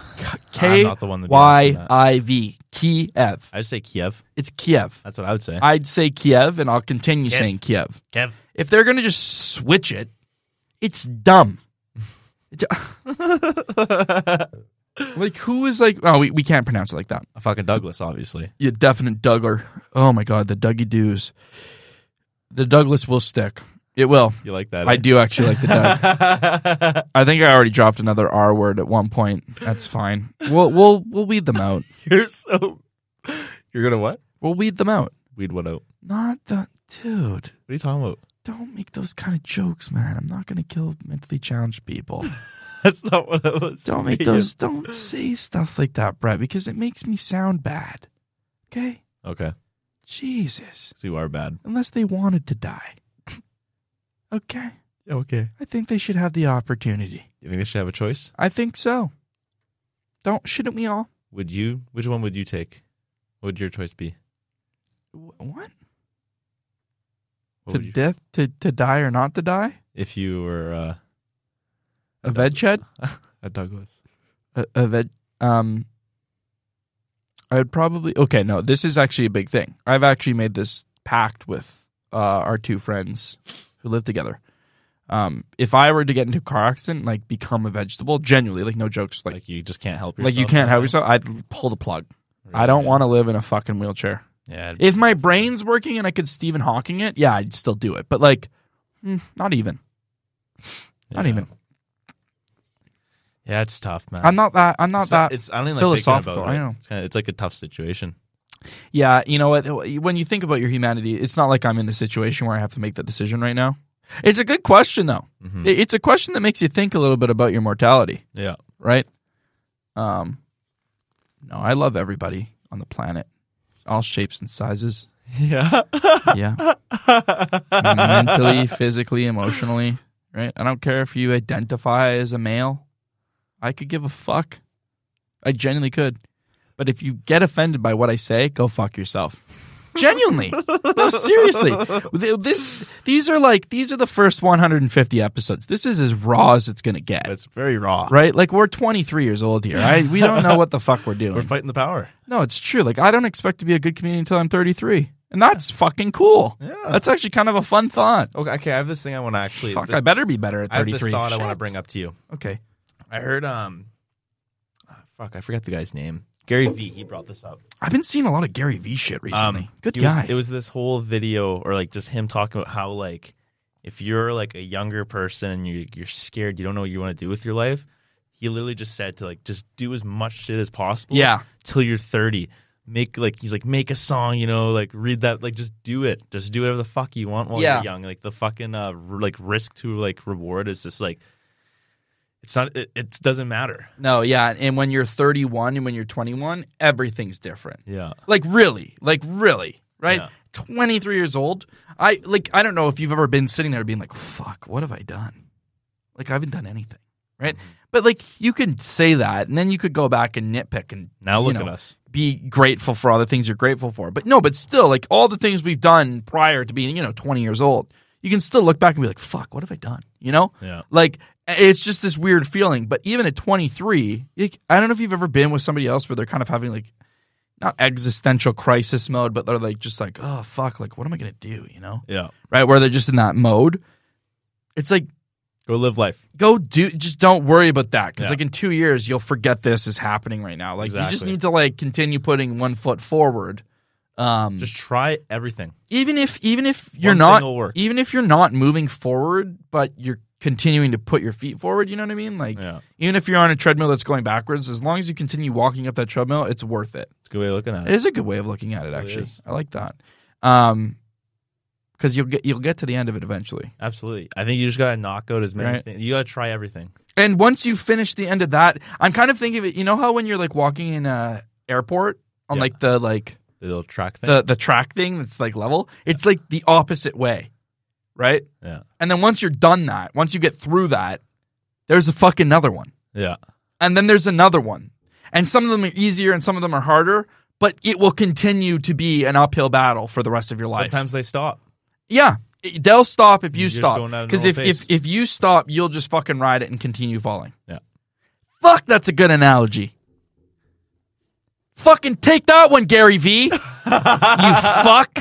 S1: K
S2: not the one that be
S1: Y
S2: answering that.
S1: I V Kiev.
S2: I'd say Kiev.
S1: It's Kiev.
S2: That's what I would say.
S1: I'd say Kiev, and I'll continue
S2: Kiev.
S1: saying Kiev.
S2: (laughs) Kev.
S1: if they're going to just switch it, it's dumb. It's- like who is like oh we, we can't pronounce it like that.
S2: A fucking Douglas, obviously.
S1: You definite Dougler. Oh my god, the Dougie Doos. The Douglas will stick. It will.
S2: You like that?
S1: I do actually like the
S2: (laughs)
S1: Doug.
S2: eh?
S1: I think I already dropped another R word at one point. That's fine. We'll we'll we'll weed them out.
S2: (laughs) You're so. You're gonna what?
S1: We'll weed them out.
S2: Weed what out?
S1: Not the dude.
S2: What are you talking about?
S1: Don't make those kind of jokes, man. I'm not gonna kill mentally challenged people.
S2: (laughs) That's not what I was.
S1: Don't make
S2: saying.
S1: those. Don't say stuff like that, Brett, because it makes me sound bad. Okay,
S2: Okay,
S1: Jesus.
S2: so you are bad.
S1: Unless they wanted to die. (laughs) okay,
S2: Okay.
S1: I think they should have the opportunity.
S2: You think they should have a choice?
S1: I think so. Don't shouldn't we all?
S2: Would you? Which one would you take? What would your choice be?
S1: Wh- What to
S2: What would you,
S1: death to to die or not to die?
S2: if you were uh,
S1: A veg shed.
S2: a Douglas?
S1: a, a veg. Um, I would probably okay. No, this is actually a big thing. I've actually made this pact with uh, our two friends who live together. Um, if I were to get into a car accident, like become a vegetable, genuinely, like no jokes,
S2: Like,
S1: like
S2: you just can't help yourself.
S1: like you can't help yourself, I'd pull the plug. I don't want to live in a fucking wheelchair.
S2: Yeah.
S1: If my brain's working and I could Stephen Hawking it, yeah, I'd still do it. But like, mm, not even. Not
S2: yeah.
S1: even.
S2: Yeah, it's tough, man.
S1: I'm not that. I'm not
S2: it's
S1: that.
S2: It's I don't even like
S1: philosophical,
S2: Thinking about it.
S1: I know.
S2: It's, kinda, it's like a tough situation.
S1: Yeah, you know what? When you think about your humanity, it's not like I'm in the situation where I have to make that decision right now. It's a good question, though.
S2: Mm-hmm.
S1: It- It's a question that makes you think a little bit about your mortality,
S2: yeah.
S1: right? Um, no, I love everybody on the planet, all shapes and sizes.
S2: Yeah. (laughs)
S1: Yeah, mentally, physically, emotionally, right? I don't care if you identify as a male. I could give a fuck. I genuinely could. But if you get offended by what I say, go fuck yourself. Genuinely. No, seriously. Th- This these are like these are the first 150 episodes. This is as raw as it's going to get.
S2: That's very raw.
S1: Right? Like we're 23 years old here. I, we don't know what the fuck we're doing.
S2: (laughs) We're fighting the power.
S1: no, it's true. Like I don't expect to be a good comedian until I'm 33. And that's fucking cool.
S2: Yeah.
S1: That's actually kind of a fun thought.
S2: okay, okay, I have this thing I want to actually.
S1: Fuck,
S2: th-
S1: I better be better at
S2: I have this
S1: 33.
S2: thought I
S1: Shit.
S2: want to bring up to you.
S1: Okay.
S2: I heard um, ah, fuck, I forgot the guy's name. Gary V. He brought this up.
S1: I've been seeing a lot of Gary Vee shit recently. Good
S2: it
S1: guy.
S2: Um, Was, it was this whole video, or like just him talking about how like if you're like a younger person and you're you're scared, you don't know what you want to do with your life. He literally just said to like just do as much shit as possible.
S1: yeah.
S2: till you're 30. Make like he's like make a song, you know, like read that, like just do it, just do whatever the fuck you want while
S1: Yeah.
S2: you're young. Like the fucking uh, r- like risk to like reward is just like it's not it, it doesn't matter.
S1: No, yeah. And when you're 31 and when you're 21, everything's different.
S2: Yeah,
S1: Like really, like really, right?
S2: Yeah.
S1: 23 years old. I like I don't know if you've ever been sitting there being like, "Fuck, what have I done?" Like I haven't done anything, right?
S2: Mm-hmm.
S1: But like you could say that and then you could go back and nitpick and
S2: now look
S1: know,
S2: at us.
S1: be grateful for all the things you're grateful for. But no, but still, like all the things we've done prior to being, you know, 20 years old, you can still look back and be like, fuck, what have I done? You know?
S2: Yeah,
S1: Like, it's just this weird feeling. But even at 23, like, I don't know if you've ever been with somebody else where they're kind of having like, not existential crisis mode, but they're like, just like, oh, fuck, like, what am I going to do? You know?
S2: yeah.
S1: Right? Where they're just in that mode. It's like,
S2: Go live life.
S1: go do just don't worry about that because
S2: Yeah.
S1: like in two years you'll forget this is happening right now like you just
S2: Exactly.
S1: need to like continue putting one foot forward um
S2: Just try everything.
S1: even if even if you're
S2: One
S1: not
S2: thing will work.
S1: even if you're not moving forward but you're continuing to put your feet forward you know what i mean like
S2: Yeah,
S1: even if you're on a treadmill that's going backwards as long as you continue walking up that treadmill it's worth it
S2: it's a good way of looking at
S1: it
S2: it.
S1: is a good way of looking at it
S2: really
S1: actually
S2: is.
S1: i like that um because you'll get you'll get to the end of it eventually
S2: Absolutely. I think you just gotta knock out as many
S1: Right.
S2: things. You gotta try everything.
S1: And once you finish the end of that, I'm kind of thinking of it. You know how when you're like walking in a airport on
S2: Yeah.
S1: like the like
S2: The little track thing.
S1: the the track thing that's like level. It's like the opposite way, right?
S2: Yeah.
S1: And then once you're done that, once you get through that, there's a fucking another one,
S2: yeah.
S1: and then there's another one, and some of them are easier and some of them are harder, but it will continue to be an uphill battle for the rest of your life.
S2: Sometimes they stop.
S1: yeah. it- They'll stop if you
S2: You're just
S1: stop.
S2: going at a
S1: Because if,
S2: normal
S1: if
S2: pace.
S1: if you stop, you'll just fucking ride it and continue falling.
S2: Yeah.
S1: Fuck, that's a good analogy. Fucking take that one, Gary V.
S2: (laughs)
S1: you fuck.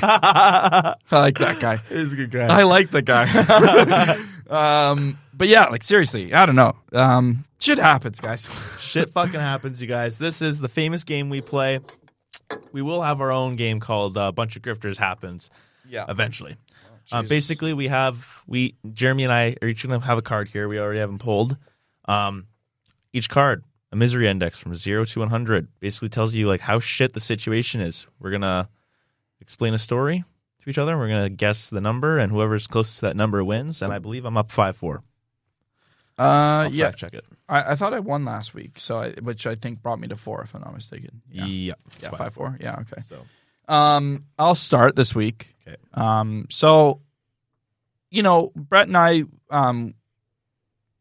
S1: I like that guy.
S2: He's a good guy.
S1: I like the guy. um, but yeah, like seriously, I don't know. Um, shit happens, guys.
S2: (laughs) Shit fucking happens, you guys. This is the famous game we play. We will have our own game called uh, Bunch of Grifters Happens
S1: Yeah.
S2: eventually. Uh, basically, we have we Jeremy and I are each going to have a card here. We already have them pulled. Um, each card, a misery index from zero to one hundred, basically tells you like how shit the situation is. We're gonna explain a story to each other. and We're gonna guess the number, and whoever's closest to that number wins. And I believe I'm up five four.
S1: Uh,
S2: I'll
S1: yeah,
S2: fact check it.
S1: I, I thought I won last week, so I, which I think brought me to four, if I'm not mistaken.
S2: Yeah,
S1: Yeah,
S2: it's
S1: yeah
S2: fine.
S1: five four. Yeah, okay.
S2: So
S1: Um, I'll start this week.
S2: Okay.
S1: Um, so, you know, Brett and I, um,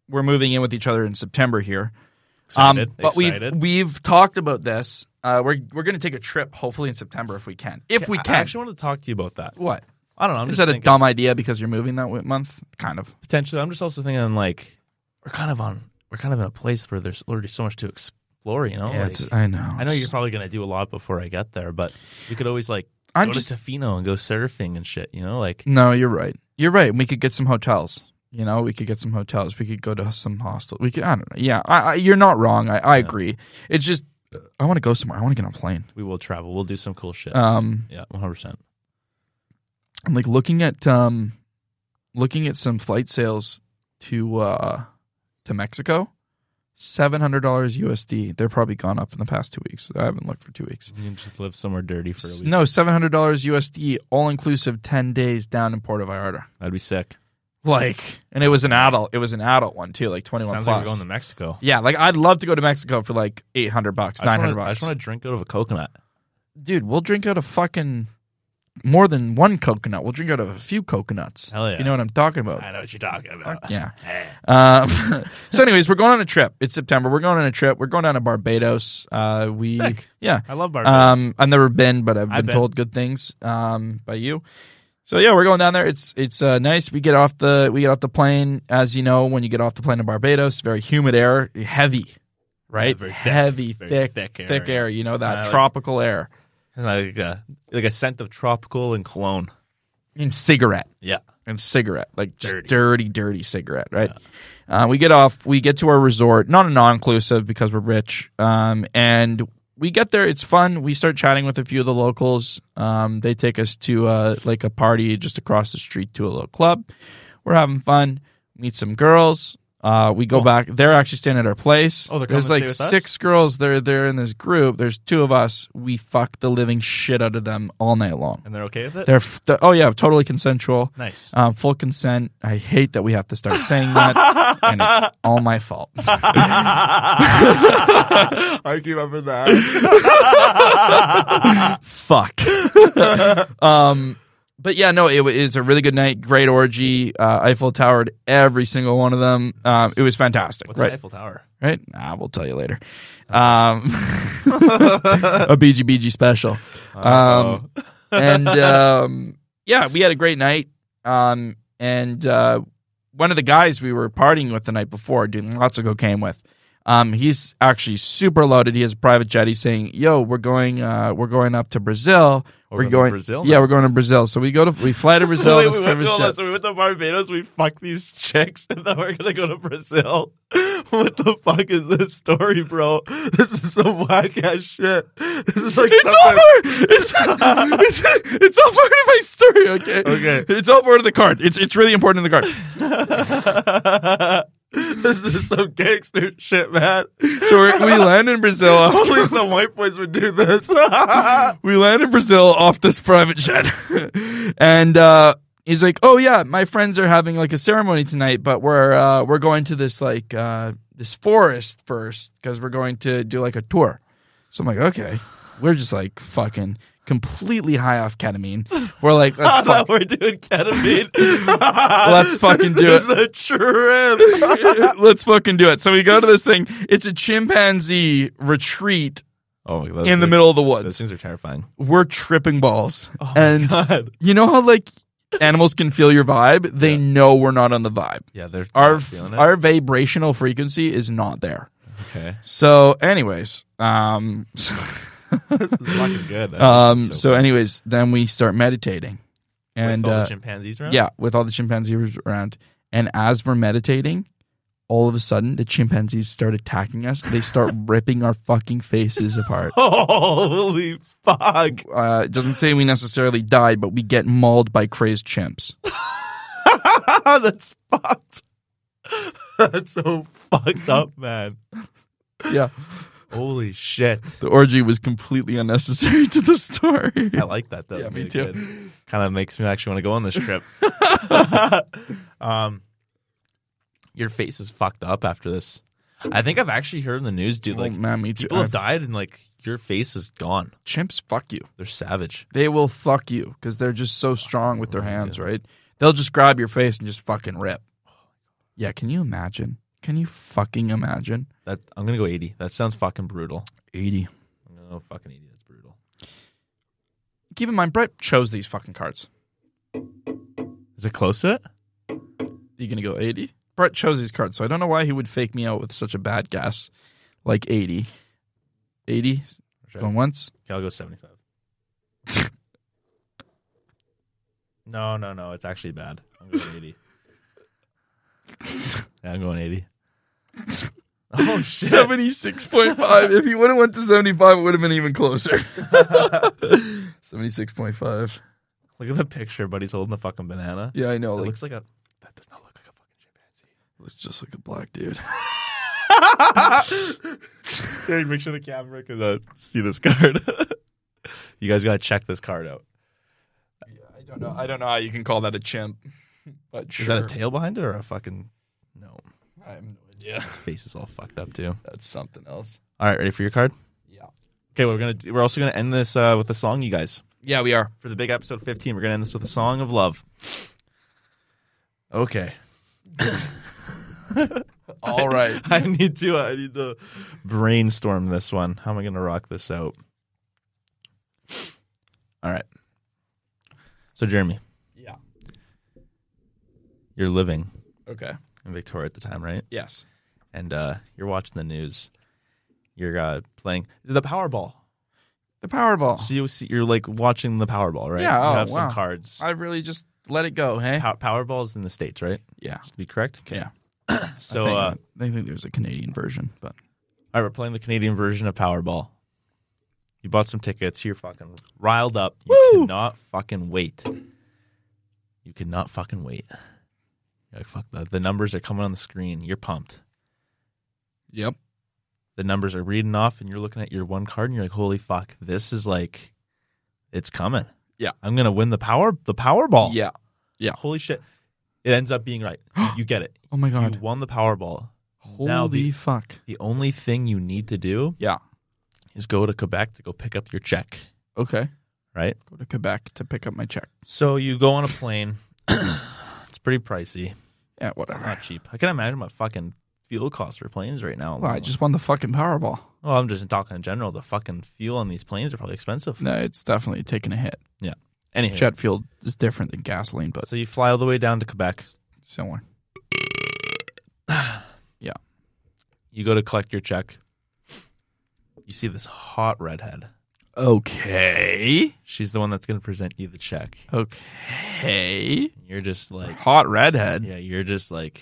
S1: we're moving in with each other in September here.
S2: excited,
S1: um, but
S2: excited.
S1: we've we've talked about this. Uh, we're we're going to take a trip, hopefully in September, if we can. If we
S2: I-
S1: can.
S2: I actually want to talk to you about that.
S1: what
S2: I don't know. I'm
S1: is
S2: just
S1: that a
S2: thinking-
S1: dumb idea because you're moving that w- month? Kind of.
S2: potentially. I'm just also thinking like we're kind of on we're kind of in a place where there's already so much to explore. You know, Like,
S1: it's- I know.
S2: I know you're probably gonna do a lot before I get there, but we could always like
S1: I'm
S2: go
S1: just
S2: to Tofino and go surfing and shit. You know, like
S1: No, you're right. You're right. We could get some hotels. You know, we could get some hotels. We could go to some hostel. We could. I don't know. Yeah, I, I, you're not wrong. I, I
S2: Yeah.
S1: agree. It's just I want to go somewhere. I want to get on a plane.
S2: we will travel. We'll do some cool shit.
S1: Um,
S2: yeah, 100. percent
S1: I'm like looking at um, looking at some flight sales to uh to Mexico. Seven hundred dollars USD. They're probably gone up in the past two weeks. I haven't looked for two weeks.
S2: We can just live somewhere dirty for a
S1: S-
S2: week.
S1: No, seven hundred dollars USD, all inclusive, ten days down in Puerto Vallarta.
S2: That'd be sick.
S1: Like, and it was an adult. It was an adult one too, like twenty one
S2: Sounds
S1: plus.
S2: like we're going to Mexico.
S1: Yeah, like I'd love to go to Mexico for like eight hundred bucks, nine hundred
S2: I
S1: bucks.
S2: just want to drink out of a coconut.
S1: Dude, we'll drink out of fucking more than one coconut. We'll drink out of a few coconuts.
S2: Hell
S1: If
S2: yeah.
S1: you know what I'm talking about.
S2: know what you're talking about.
S1: Yeah.
S2: Eh.
S1: Um, (laughs) so, anyways, we're going on a trip. It's September. We're going on a trip. We're going down to Barbados. Uh, we
S2: Sick.
S1: yeah.
S2: (laughs) I love Barbados.
S1: Um, I've never been, but I've been,
S2: I've been.
S1: told good things um, by you. So yeah, we're going down there. It's it's uh, nice. We get off the we get off the plane. As you know, when you get off the plane in Barbados, very humid air, heavy, right?
S2: very thick.
S1: heavy,
S2: Very
S1: thick,
S2: thick air.
S1: thick air. You know
S2: I
S1: that
S2: like-
S1: tropical air
S2: It's like a like a scent of tropical and cologne.
S1: in cigarette.
S2: Yeah.
S1: and cigarette, like just dirty,
S2: Dirty.
S1: dirty, cigarette, right? Uh, we get off, we get to our resort, not a non-inclusive because we're rich, um, and we get there. It's fun. We start chatting with a few of the locals. Um, they take us to uh, like a party just across the street to a little club. We're having fun. Meet some girls. Uh, we go back. They're actually staying at our place.
S2: Oh, they're coming
S1: There's
S2: to
S1: like
S2: stay with us?
S1: six girls. They're they're in this group. There's two of us. We fuck the living shit out of them all night long.
S2: And they're okay with it?
S1: They're f- they're- oh yeah, totally consensual (laughs)
S2: nice.
S1: um, full consent. I hate that we have to start saying that, and it's all my fault. (laughs)
S2: I keep up with that.
S1: Fuck. (laughs) um, but yeah, no, it is a really good night. Great orgy. Uh, Eiffel Towered every single one of them. Um, it was fantastic.
S2: (laughs) What's an
S1: right?
S2: Eiffel (laughs) Tower?
S1: right? Nah, we'll tell you later. Um, (laughs)
S2: Uh,
S1: a BGBG special.
S2: oh,
S1: Um,
S2: (laughs)
S1: and um, yeah, we had a great night. Um, and uh, one of the guys we were partying with the night before, doing lots of cocaine with, um, he's actually super loaded. He has a private jet. He's saying, "Yo, we're going, uh, we're going up to Brazil.
S2: We're
S1: We're,
S2: going to
S1: going
S2: Brazil
S1: Yeah,
S2: now."
S1: we're going to Brazil. So we go to we fly to Brazil.
S2: (laughs) so,
S1: in this
S2: wait, we went,
S1: private
S2: hold
S1: jet.
S2: on, so we went to Barbados, we fucked these chicks, and then we're gonna go to Brazil. (laughs) What the fuck is this story, bro? This is some whack ass shit. This is like
S1: It's all
S2: something-
S1: part. It's, (laughs) it's, it's all part of my story. Okay.
S2: Okay.
S1: It's all part of the card. It's it's really important in the card.
S2: (laughs) this is some gangster shit, man.
S1: So we're, we land in
S2: (laughs)
S1: Brazil. Off,
S2: Only some white boys would do this. (laughs) That's
S1: (laughs) we land in Brazil off this private jet, (laughs) and uh, he's like, "Oh yeah, my friends are having like a ceremony tonight, but we're uh, we're going to this like uh, this forest first because we're going to do like a tour." So I'm like, "Okay." We're just like fucking completely high off ketamine. We're like, let's fuck.
S2: we're
S1: (laughs)
S2: doing ketamine. Let's
S1: fucking do
S2: this it. Is a trip.
S1: (laughs) Let's fucking do it. So we go to this thing. It's a chimpanzee retreat
S2: Oh,
S1: in the middle of the
S2: Those
S1: woods.
S2: things are terrifying.
S1: We're tripping balls. and
S2: Oh God.
S1: you know how like animals can feel your vibe? They
S2: Yeah.
S1: know we're not on the vibe.
S2: Yeah, they're
S1: Our
S2: they're
S1: f-
S2: feeling it.
S1: our vibrational frequency is not there.
S2: okay.
S1: So anyways, um (laughs)
S2: this is fucking good.
S1: um so, anyways, then we start meditating. And
S2: with all
S1: uh,
S2: the chimpanzees around.
S1: yeah, with all the chimpanzees around. And as we're meditating, all of a sudden the chimpanzees start attacking us. They
S2: (laughs)
S1: start ripping our fucking faces apart.
S2: (laughs) Holy fuck! (laughs)
S1: Uh, it doesn't say we necessarily die, but we get mauled by crazed
S2: (laughs)
S1: chimps.
S2: That's fucked. (laughs) That's so fucked up, man.
S1: Yeah.
S2: Holy shit!
S1: The orgy was completely unnecessary (laughs) to the story.
S2: I like that though.
S1: Yeah, me too. (laughs)
S2: Kind of makes me actually want to go on this trip. um, your face is fucked up after this. I think I've actually heard in the news, dude. Like
S1: oh, man, me too.
S2: people have
S1: Uh,
S2: died and like your face is gone.
S1: chimps, fuck you.
S2: They're savage.
S1: They will fuck you because they're just so strong
S2: Oh,
S1: with their hands, right? They'll just grab your face and just fucking rip. Yeah, can you imagine? Can you fucking imagine?
S2: That I'm gonna go 80. That sounds fucking brutal.
S1: 80.
S2: I'm gonna go fucking 80. That's brutal.
S1: Keep in mind, Brett chose these fucking cards.
S2: Is it close to it?
S1: You gonna go 80? Brett chose these cards, so I don't know why he would fake me out with such a bad guess. Like 80. 80?
S2: Sure.
S1: Going (laughs) once?
S2: Okay, I'll go 75. (laughs) no, no, no. It's actually bad. I'm going 80. (laughs) yeah, I'm going 80. (laughs) oh, shit.
S1: 76.5. if he would have went to 75, it would have been even closer. 76.5.
S2: Look at the picture, but he's holding the fucking banana.
S1: Yeah, I know.
S2: It
S1: Like,
S2: looks like a. That does not look like a fucking
S1: looks just like a black dude.
S2: chimpanzee. Derek, make sure the camera can uh, see this card. (laughs) you guys got to check this card out.
S1: (laughs) I don't know. I don't know how you can call that a chimp. (laughs) But
S2: Is
S1: sure.
S2: that a tail behind it or a fucking. No.
S1: I have no idea.
S2: His face is all fucked up, too.
S1: (laughs) That's something else.
S2: All right, ready for your card?
S1: Yeah.
S2: Okay, we're gonna we're also gonna end this uh, with a song, you guys.
S1: Yeah, we are.
S2: For the big episode fifteen, we're gonna end this with a song of love. Okay,
S1: (laughs) All right.
S2: (laughs) I need to I need to brainstorm this one. How am I gonna rock this out? All right. So Jeremy,
S1: yeah.
S2: you're living
S1: Okay.
S2: in Victoria at the time, right?
S1: Yes.
S2: And uh, you're watching the news. You're uh, playing the Powerball.
S1: The Powerball.
S2: So you see, you're like watching the Powerball, right?
S1: Yeah,
S2: You
S1: oh,
S2: have some
S1: wow.
S2: cards.
S1: I really just let it go, hey?
S2: Pow- Powerball's in the states, right?
S1: Yeah.
S2: To be correct.
S1: Yeah.
S2: So
S1: I think,
S2: uh,
S1: I think there's a Canadian version, but
S2: All right, we're playing the Canadian version of Powerball. You bought some tickets. You're fucking riled up. You
S1: Woo!
S2: cannot fucking wait. You cannot fucking wait. You're like fuck that. The numbers are coming on the screen. You're pumped.
S1: Yep.
S2: The numbers are reading off, and you're looking at your one card, and you're like, "Holy fuck! This is like, it's coming.
S1: Yeah.
S2: I'm gonna win the power, the Powerball.
S1: Yeah.
S2: holy shit! It ends up
S1: (gasps)
S2: being right. You get it.
S1: Oh my
S2: You won the Powerball. Now
S1: Holy
S2: the-
S1: fuck.
S2: The only thing you need to do
S1: Yeah.
S2: is go to Quebec to go pick up your check.
S1: Okay.
S2: Right.
S1: Go to Quebec to pick up my check.
S2: So you go on a plane. (clears throat) it's pretty pricey.
S1: Yeah,
S2: It's
S1: whatever.
S2: not cheap. I can imagine what fucking fuel costs for planes right now.
S1: Well, I just won the fucking Powerball.
S2: well, I'm just talking in general. The fucking fuel on these planes are probably expensive.
S1: No, it's definitely taking a hit.
S2: Anyhow,
S1: Jet fuel is different than gasoline, but
S2: so you fly all the way down to Quebec.
S1: similar.
S2: You go to collect your check. You see this hot redhead.
S1: Okay.
S2: She's the one that's going to present you the check.
S1: Okay.
S2: And You're just like,
S1: Hot redhead.
S2: yeah, you're just like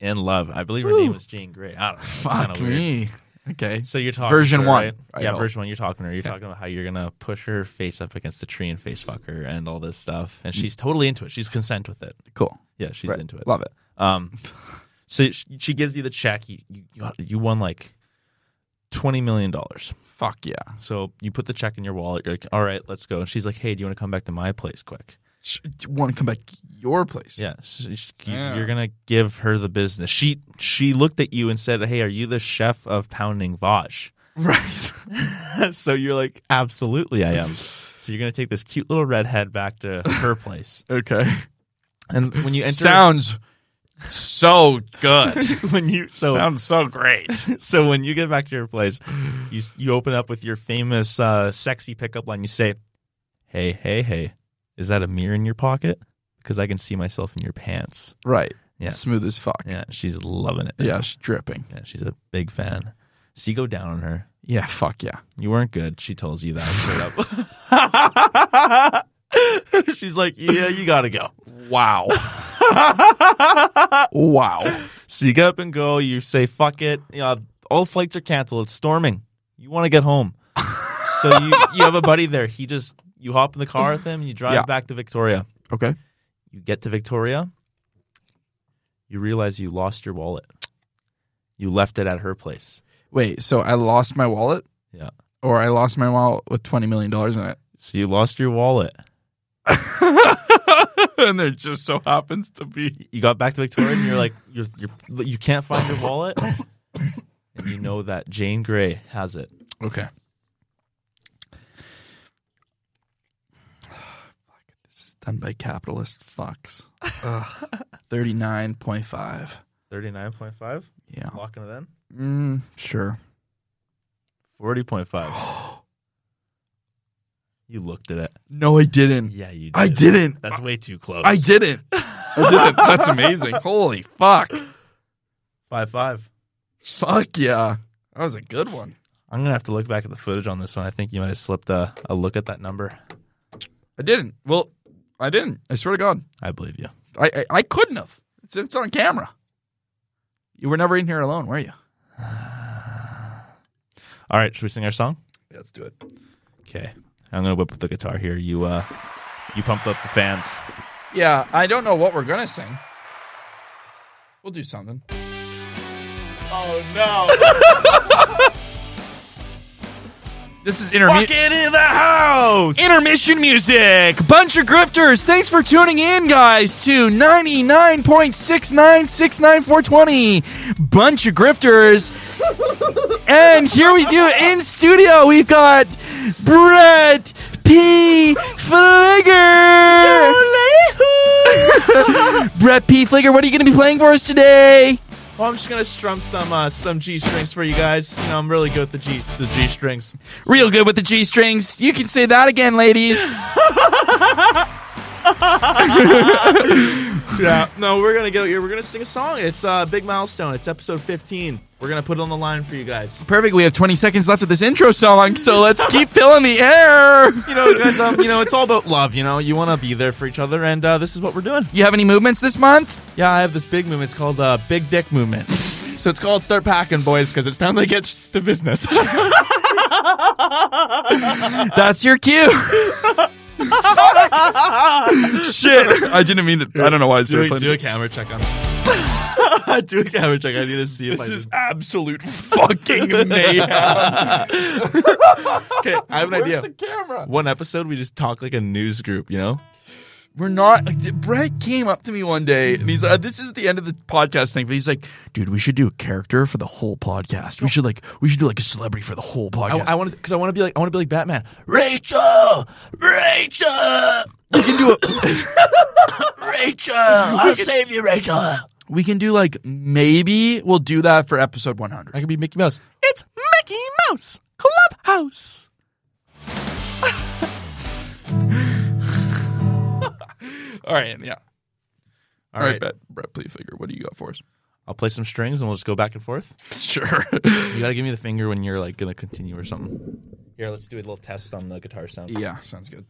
S2: in love. I believe her
S1: Woo.
S2: name was Jane Grey. I don't know. It's kinda
S1: Fuck
S2: weird.
S1: me. Okay.
S2: So you're talking
S1: Version
S2: to her,
S1: one,
S2: right?
S1: I
S2: Yeah,
S1: hope.
S2: version one. You're talking to her. You're
S1: Okay.
S2: talking about how you're gonna push her face up against the tree and face fuck her and all this stuff. And she's totally into it. She's consent with it.
S1: Cool.
S2: Yeah, she's
S1: Right.
S2: into it.
S1: Love it.
S2: Um, so she, she gives you the check. You you, you won like twenty million dollars.
S1: Fuck yeah.
S2: So you put the check in your wallet. You're like, all right, let's go. And she's like, hey, do you want to come back to my place quick?
S1: Want to come back to your place?
S2: Yeah, she, she-
S1: Yeah.
S2: you're gonna give her the business. She she looked at you and said, hey, are you the chef of pounding Vosh?
S1: (laughs) Right.
S2: (laughs) so you're like, absolutely, I am. So you're gonna take this cute little redhead back to her place,
S1: Okay.
S2: and when you enter,
S1: Sounds so good.
S2: (laughs) when you so
S1: Sounds so great.
S2: (laughs) (laughs) so when you get back to your place, you you open up with your famous uh, sexy pickup line. You say, "Hey, hey, hey, is that a mirror in your pocket? Because I can see myself in your pants."
S1: Right.
S2: Yeah.
S1: Smooth as fuck.
S2: Yeah, she's loving it.
S1: Yeah, she's dripping.
S2: yeah, she's a big fan. So you go down on her.
S1: Yeah, fuck yeah.
S2: You weren't good. She tells you that straight up. (laughs) She's like, yeah, you gotta go. (laughs)
S1: Wow. (laughs) wow.
S2: So you get up and go. You say, fuck it. You know, all flights are canceled. It's storming. You want to get home. so you, you have a buddy there. He just, you hop in the car with him. You drive
S1: Yeah.
S2: back to Victoria.
S1: Okay.
S2: You get to Victoria. You realize you lost your wallet. You left it at her place.
S1: Wait, so I lost my wallet?
S2: Yeah.
S1: Or I lost (laughs) my wallet with $20 million in it?
S2: So you lost your wallet.
S1: and there just so happens to be.
S2: You got back to Victoria and you're like, you're, you're, you can't find your wallet. And you know that Jane Grey has it.
S1: Okay. Fuck, this is done by capitalist fucks. (laughs) Thirty nine point five.
S2: 39.5.
S1: Yeah.
S2: Locking it in.
S1: Mm, sure.
S2: (gasps) 40.5. You looked at it.
S1: No, I didn't.
S2: Yeah, you did.
S1: I didn't.
S2: That's way too close.
S1: I didn't. I didn't. That's (laughs) amazing. Holy fuck.
S2: 5 5.
S1: Fuck yeah. That was a good one.
S2: I'm going to have to look back at the footage on this one. I think you might have slipped a, a look at that number.
S1: I didn't. Well, I didn't. I swear to God.
S2: I believe you.
S1: I I, I couldn't have. It's, it's on camera. You were never in here alone, were you?
S2: All right, should we sing our song?
S1: Yeah, let's do it.
S2: Okay. I'm going to whip up the guitar here. You uh you pumped up the fans.
S1: Yeah, I don't know what we're gonna sing. We'll do something.
S2: Oh no.
S1: This is intermission.
S2: Walking in the house.
S1: Intermission music. Bunch of grifters. Thanks for tuning in, guys, to 99.6969420. Bunch of grifters. and here we do in studio, we've got Brett P. Fligger. (laughs) Brett P. Fligger, what are you going to be playing for us today?
S2: well, I'm just going to strum some uh, some G strings for you guys. You know, I'm really good at the G the G strings.
S1: Real good with the G strings. You can say that again, ladies.
S2: Yeah. no, we're going to go here. We're going to sing a song. It's a uh, big milestone. It's episode 15. We're going to put it on the line for you guys.
S1: Perfect. We have 20 seconds left of this intro song, so let's keep (laughs) filling the air.
S2: You know, guys, um, you know, it's all about love, you know. You want to be there for each other and uh, this is what we're doing.
S1: You have any movements this month? (laughs)
S2: Yeah, I have this big movement. It's called uh, Big Dick Movement. so it's called Start Packing, boys, because it's time to get to business.
S1: That's your cue. (laughs) Shit. I didn't mean to. I don't know why I
S2: (laughs) do, a,
S1: playing-
S2: do a camera check on. (laughs) do a camera check. I need to see if
S1: This
S2: I
S1: is absolute fucking mayhem.
S2: okay. I have
S1: (laughs)
S2: an
S1: Where's
S2: idea.
S1: the camera?
S2: One episode, we just talk like a news group. You know,
S1: We're not. Brett came up to me one day and he's like, "This is the end of the podcast thing," but he's like, "Dude, we should do a character for the whole podcast. We should like, we should do like a celebrity for the whole
S2: I,
S1: podcast.
S2: I want to because I want to be like I want to be like Batman. Rachel, Rachel,
S1: we can do a,
S2: (laughs) Rachel, I'll save you, Rachel. I
S1: we can do like maybe we'll do that for episode 100.
S2: could be Mickey Mouse. It's Mickey Mouse Clubhouse.
S1: (laughs) All right, yeah.
S2: All right,
S1: Brett, Brett, please figure. What do you got for us? (laughs)
S2: I'll play some strings and we'll just go back and forth.
S1: Sure.
S2: You gotta give me the finger when you're like gonna continue or something. Here, let's do a little test on the guitar sound.
S1: (laughs) yeah, sounds good.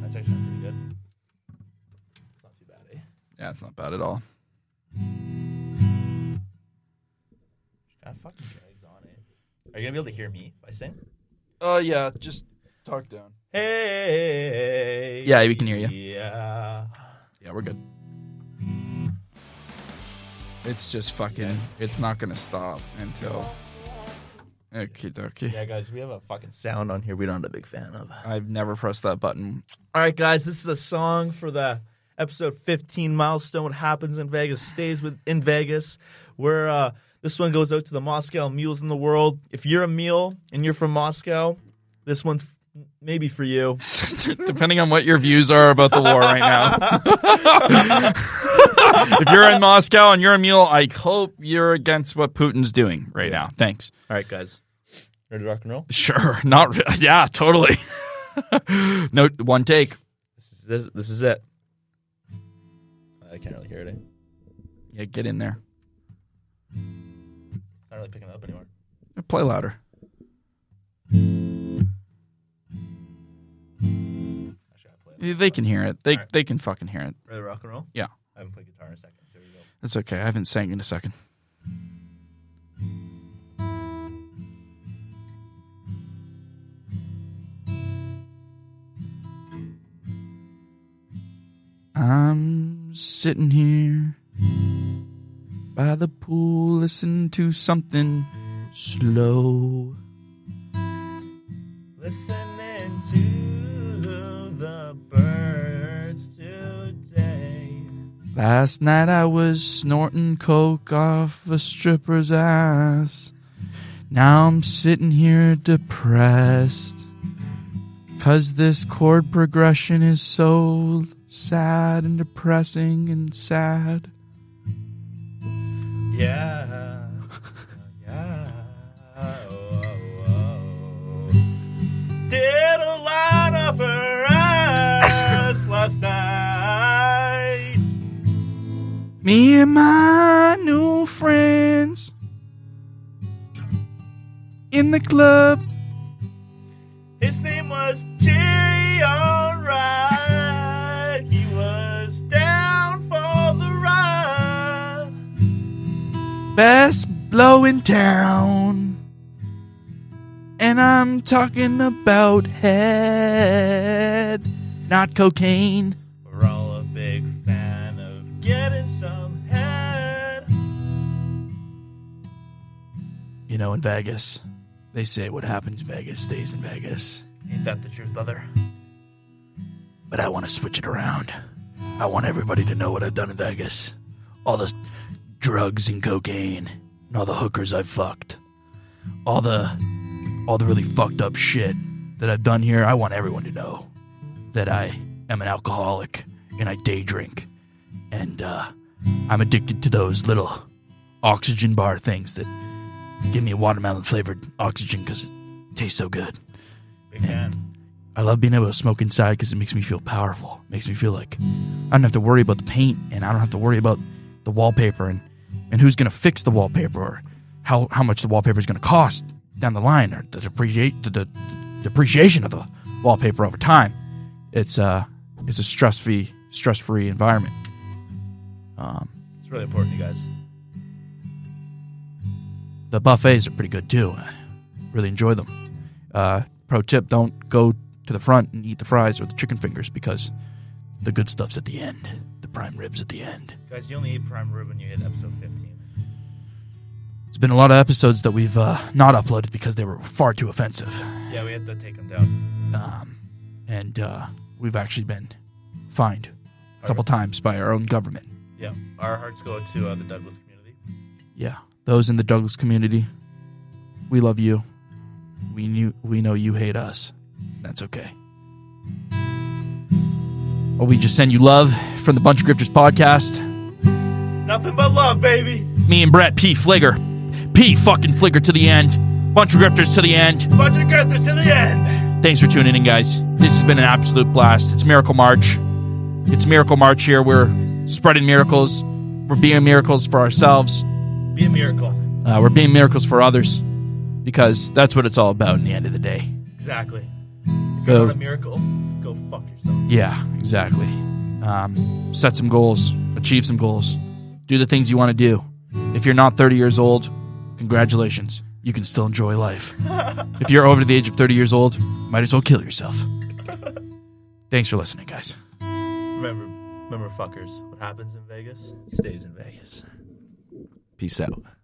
S2: That's actually pretty good. It's not too bad, eh?
S1: Yeah, it's not bad at all.
S2: Kind of fucking drags on it. Are you gonna be able to hear me if I sing?
S1: Oh yeah, just talk down.
S2: Hey.
S1: Yeah, we can hear you.
S2: Yeah.
S1: Yeah, we're good. It's just fucking. It's not gonna stop until. Okay, dokie.
S2: Yeah, guys, we have a fucking sound on here we're not a big fan of.
S1: I've never pressed that button.
S2: All right, guys, this is a song for the episode 15 milestone. What happens in Vegas stays with in Vegas. Where uh, this one goes out to the Moscow mules in the world. If you're a mule and you're from Moscow, this one's f- maybe for you.
S1: (laughs) Depending on what your views are about the war right now. (laughs) if you're in Moscow and you're a mule, I hope you're against what Putin's doing right now. Thanks.
S2: All right, guys, ready to rock and roll?
S1: Sure. (laughs) Not. Re- yeah. Totally. (laughs) no. One take.
S2: This is this, this is it. I can't really hear it. eh? It's
S1: Yeah. Get in there.
S2: not really picking it up anymore.
S1: Play louder.
S2: Actually, I play it.
S1: They can hear it. They
S2: All right.
S1: they can fucking hear it.
S2: Ready to rock and roll?
S1: Yeah.
S2: I haven't played guitar in a second. Here we go.
S1: It's okay. I haven't sang in a second. I'm sitting here by the pool, listening to something slow.
S2: Listening to
S1: Last night I was snorting coke off a stripper's ass. Now I'm sitting here depressed. Cause this chord progression is so sad and depressing and sad.
S2: Yeah. yeah. Did a lot of her ass last night.
S1: Me and my new friends in the club.
S2: His name was Jerry Alright. He was down for the ride.
S1: best blow in town. And I'm talking about head, not cocaine.
S2: We're all a big fan of getting some head.
S1: You know, in Vegas, they say what happens in Vegas stays in Vegas.
S2: Ain't that the truth, brother?
S1: But I want to switch it around. I want everybody to know what I've done in Vegas. All the drugs and cocaine, and all the hookers I've fucked. All the all the really fucked up shit that I've done here. I want everyone to know that I am an alcoholic and I day drink. And uh, I'm addicted to those little oxygen bar things that give me watermelon flavored oxygen because it tastes so good.
S2: Big fan.
S1: I love being able to smoke inside because it makes me feel powerful. It makes me feel like I don't have to worry about the paint and I don't have to worry about the wallpaper and, and who's going to fix the wallpaper or how, how much the wallpaper is going to cost down the line or the, depreciate, the, the, the depreciation of the wallpaper over time. It's, uh, it's a stress free stress free environment. Um,
S2: It's really important, you guys.
S1: the buffets are pretty good too. I really enjoy them. Uh, pro tip: don't go to the front and eat the fries or the chicken fingers because the good stuff's at the end. The prime ribs at the end.
S2: Guys, you only eat prime rib when you hit episode 15.
S1: It's been a lot of episodes that we've uh, not uploaded because they were far too offensive,
S2: Yeah, we had to take them down.
S1: um, and uh, we've actually been fined a couple times by our own government.
S2: Yeah, our hearts go to uh, the Douglas community.
S1: Yeah, those in the Douglas community, we love you. We knew we know you hate us. That's okay. Or we just send you love from the Bunch of Grifters podcast.
S2: Nothing but love, baby.
S1: Me and Brett P. Fligger, P. Fucking Fligger to the end. Bunch of Grifters to the end.
S2: Bunch of grifters to the end.
S1: Thanks for tuning in, guys. This has been an absolute blast. It's Miracle March. It's Miracle March here. We're spreading miracles. We're being miracles for ourselves.
S2: Be a miracle.
S1: Uh, we're being miracles for others because that's what it's all about in the end of the day.
S2: Exactly. If
S1: Go.
S2: you're not a miracle, go fuck yourself.
S1: Yeah, exactly. Um, set some goals, achieve some goals, do the things you want to do. If you're not 30 years old, congratulations. You can still enjoy life. if you're over the age of 30 years old, might as well kill yourself. Thanks for listening, guys.
S2: Remember, remember, fuckers, what happens in Vegas stays in Vegas. Peace out.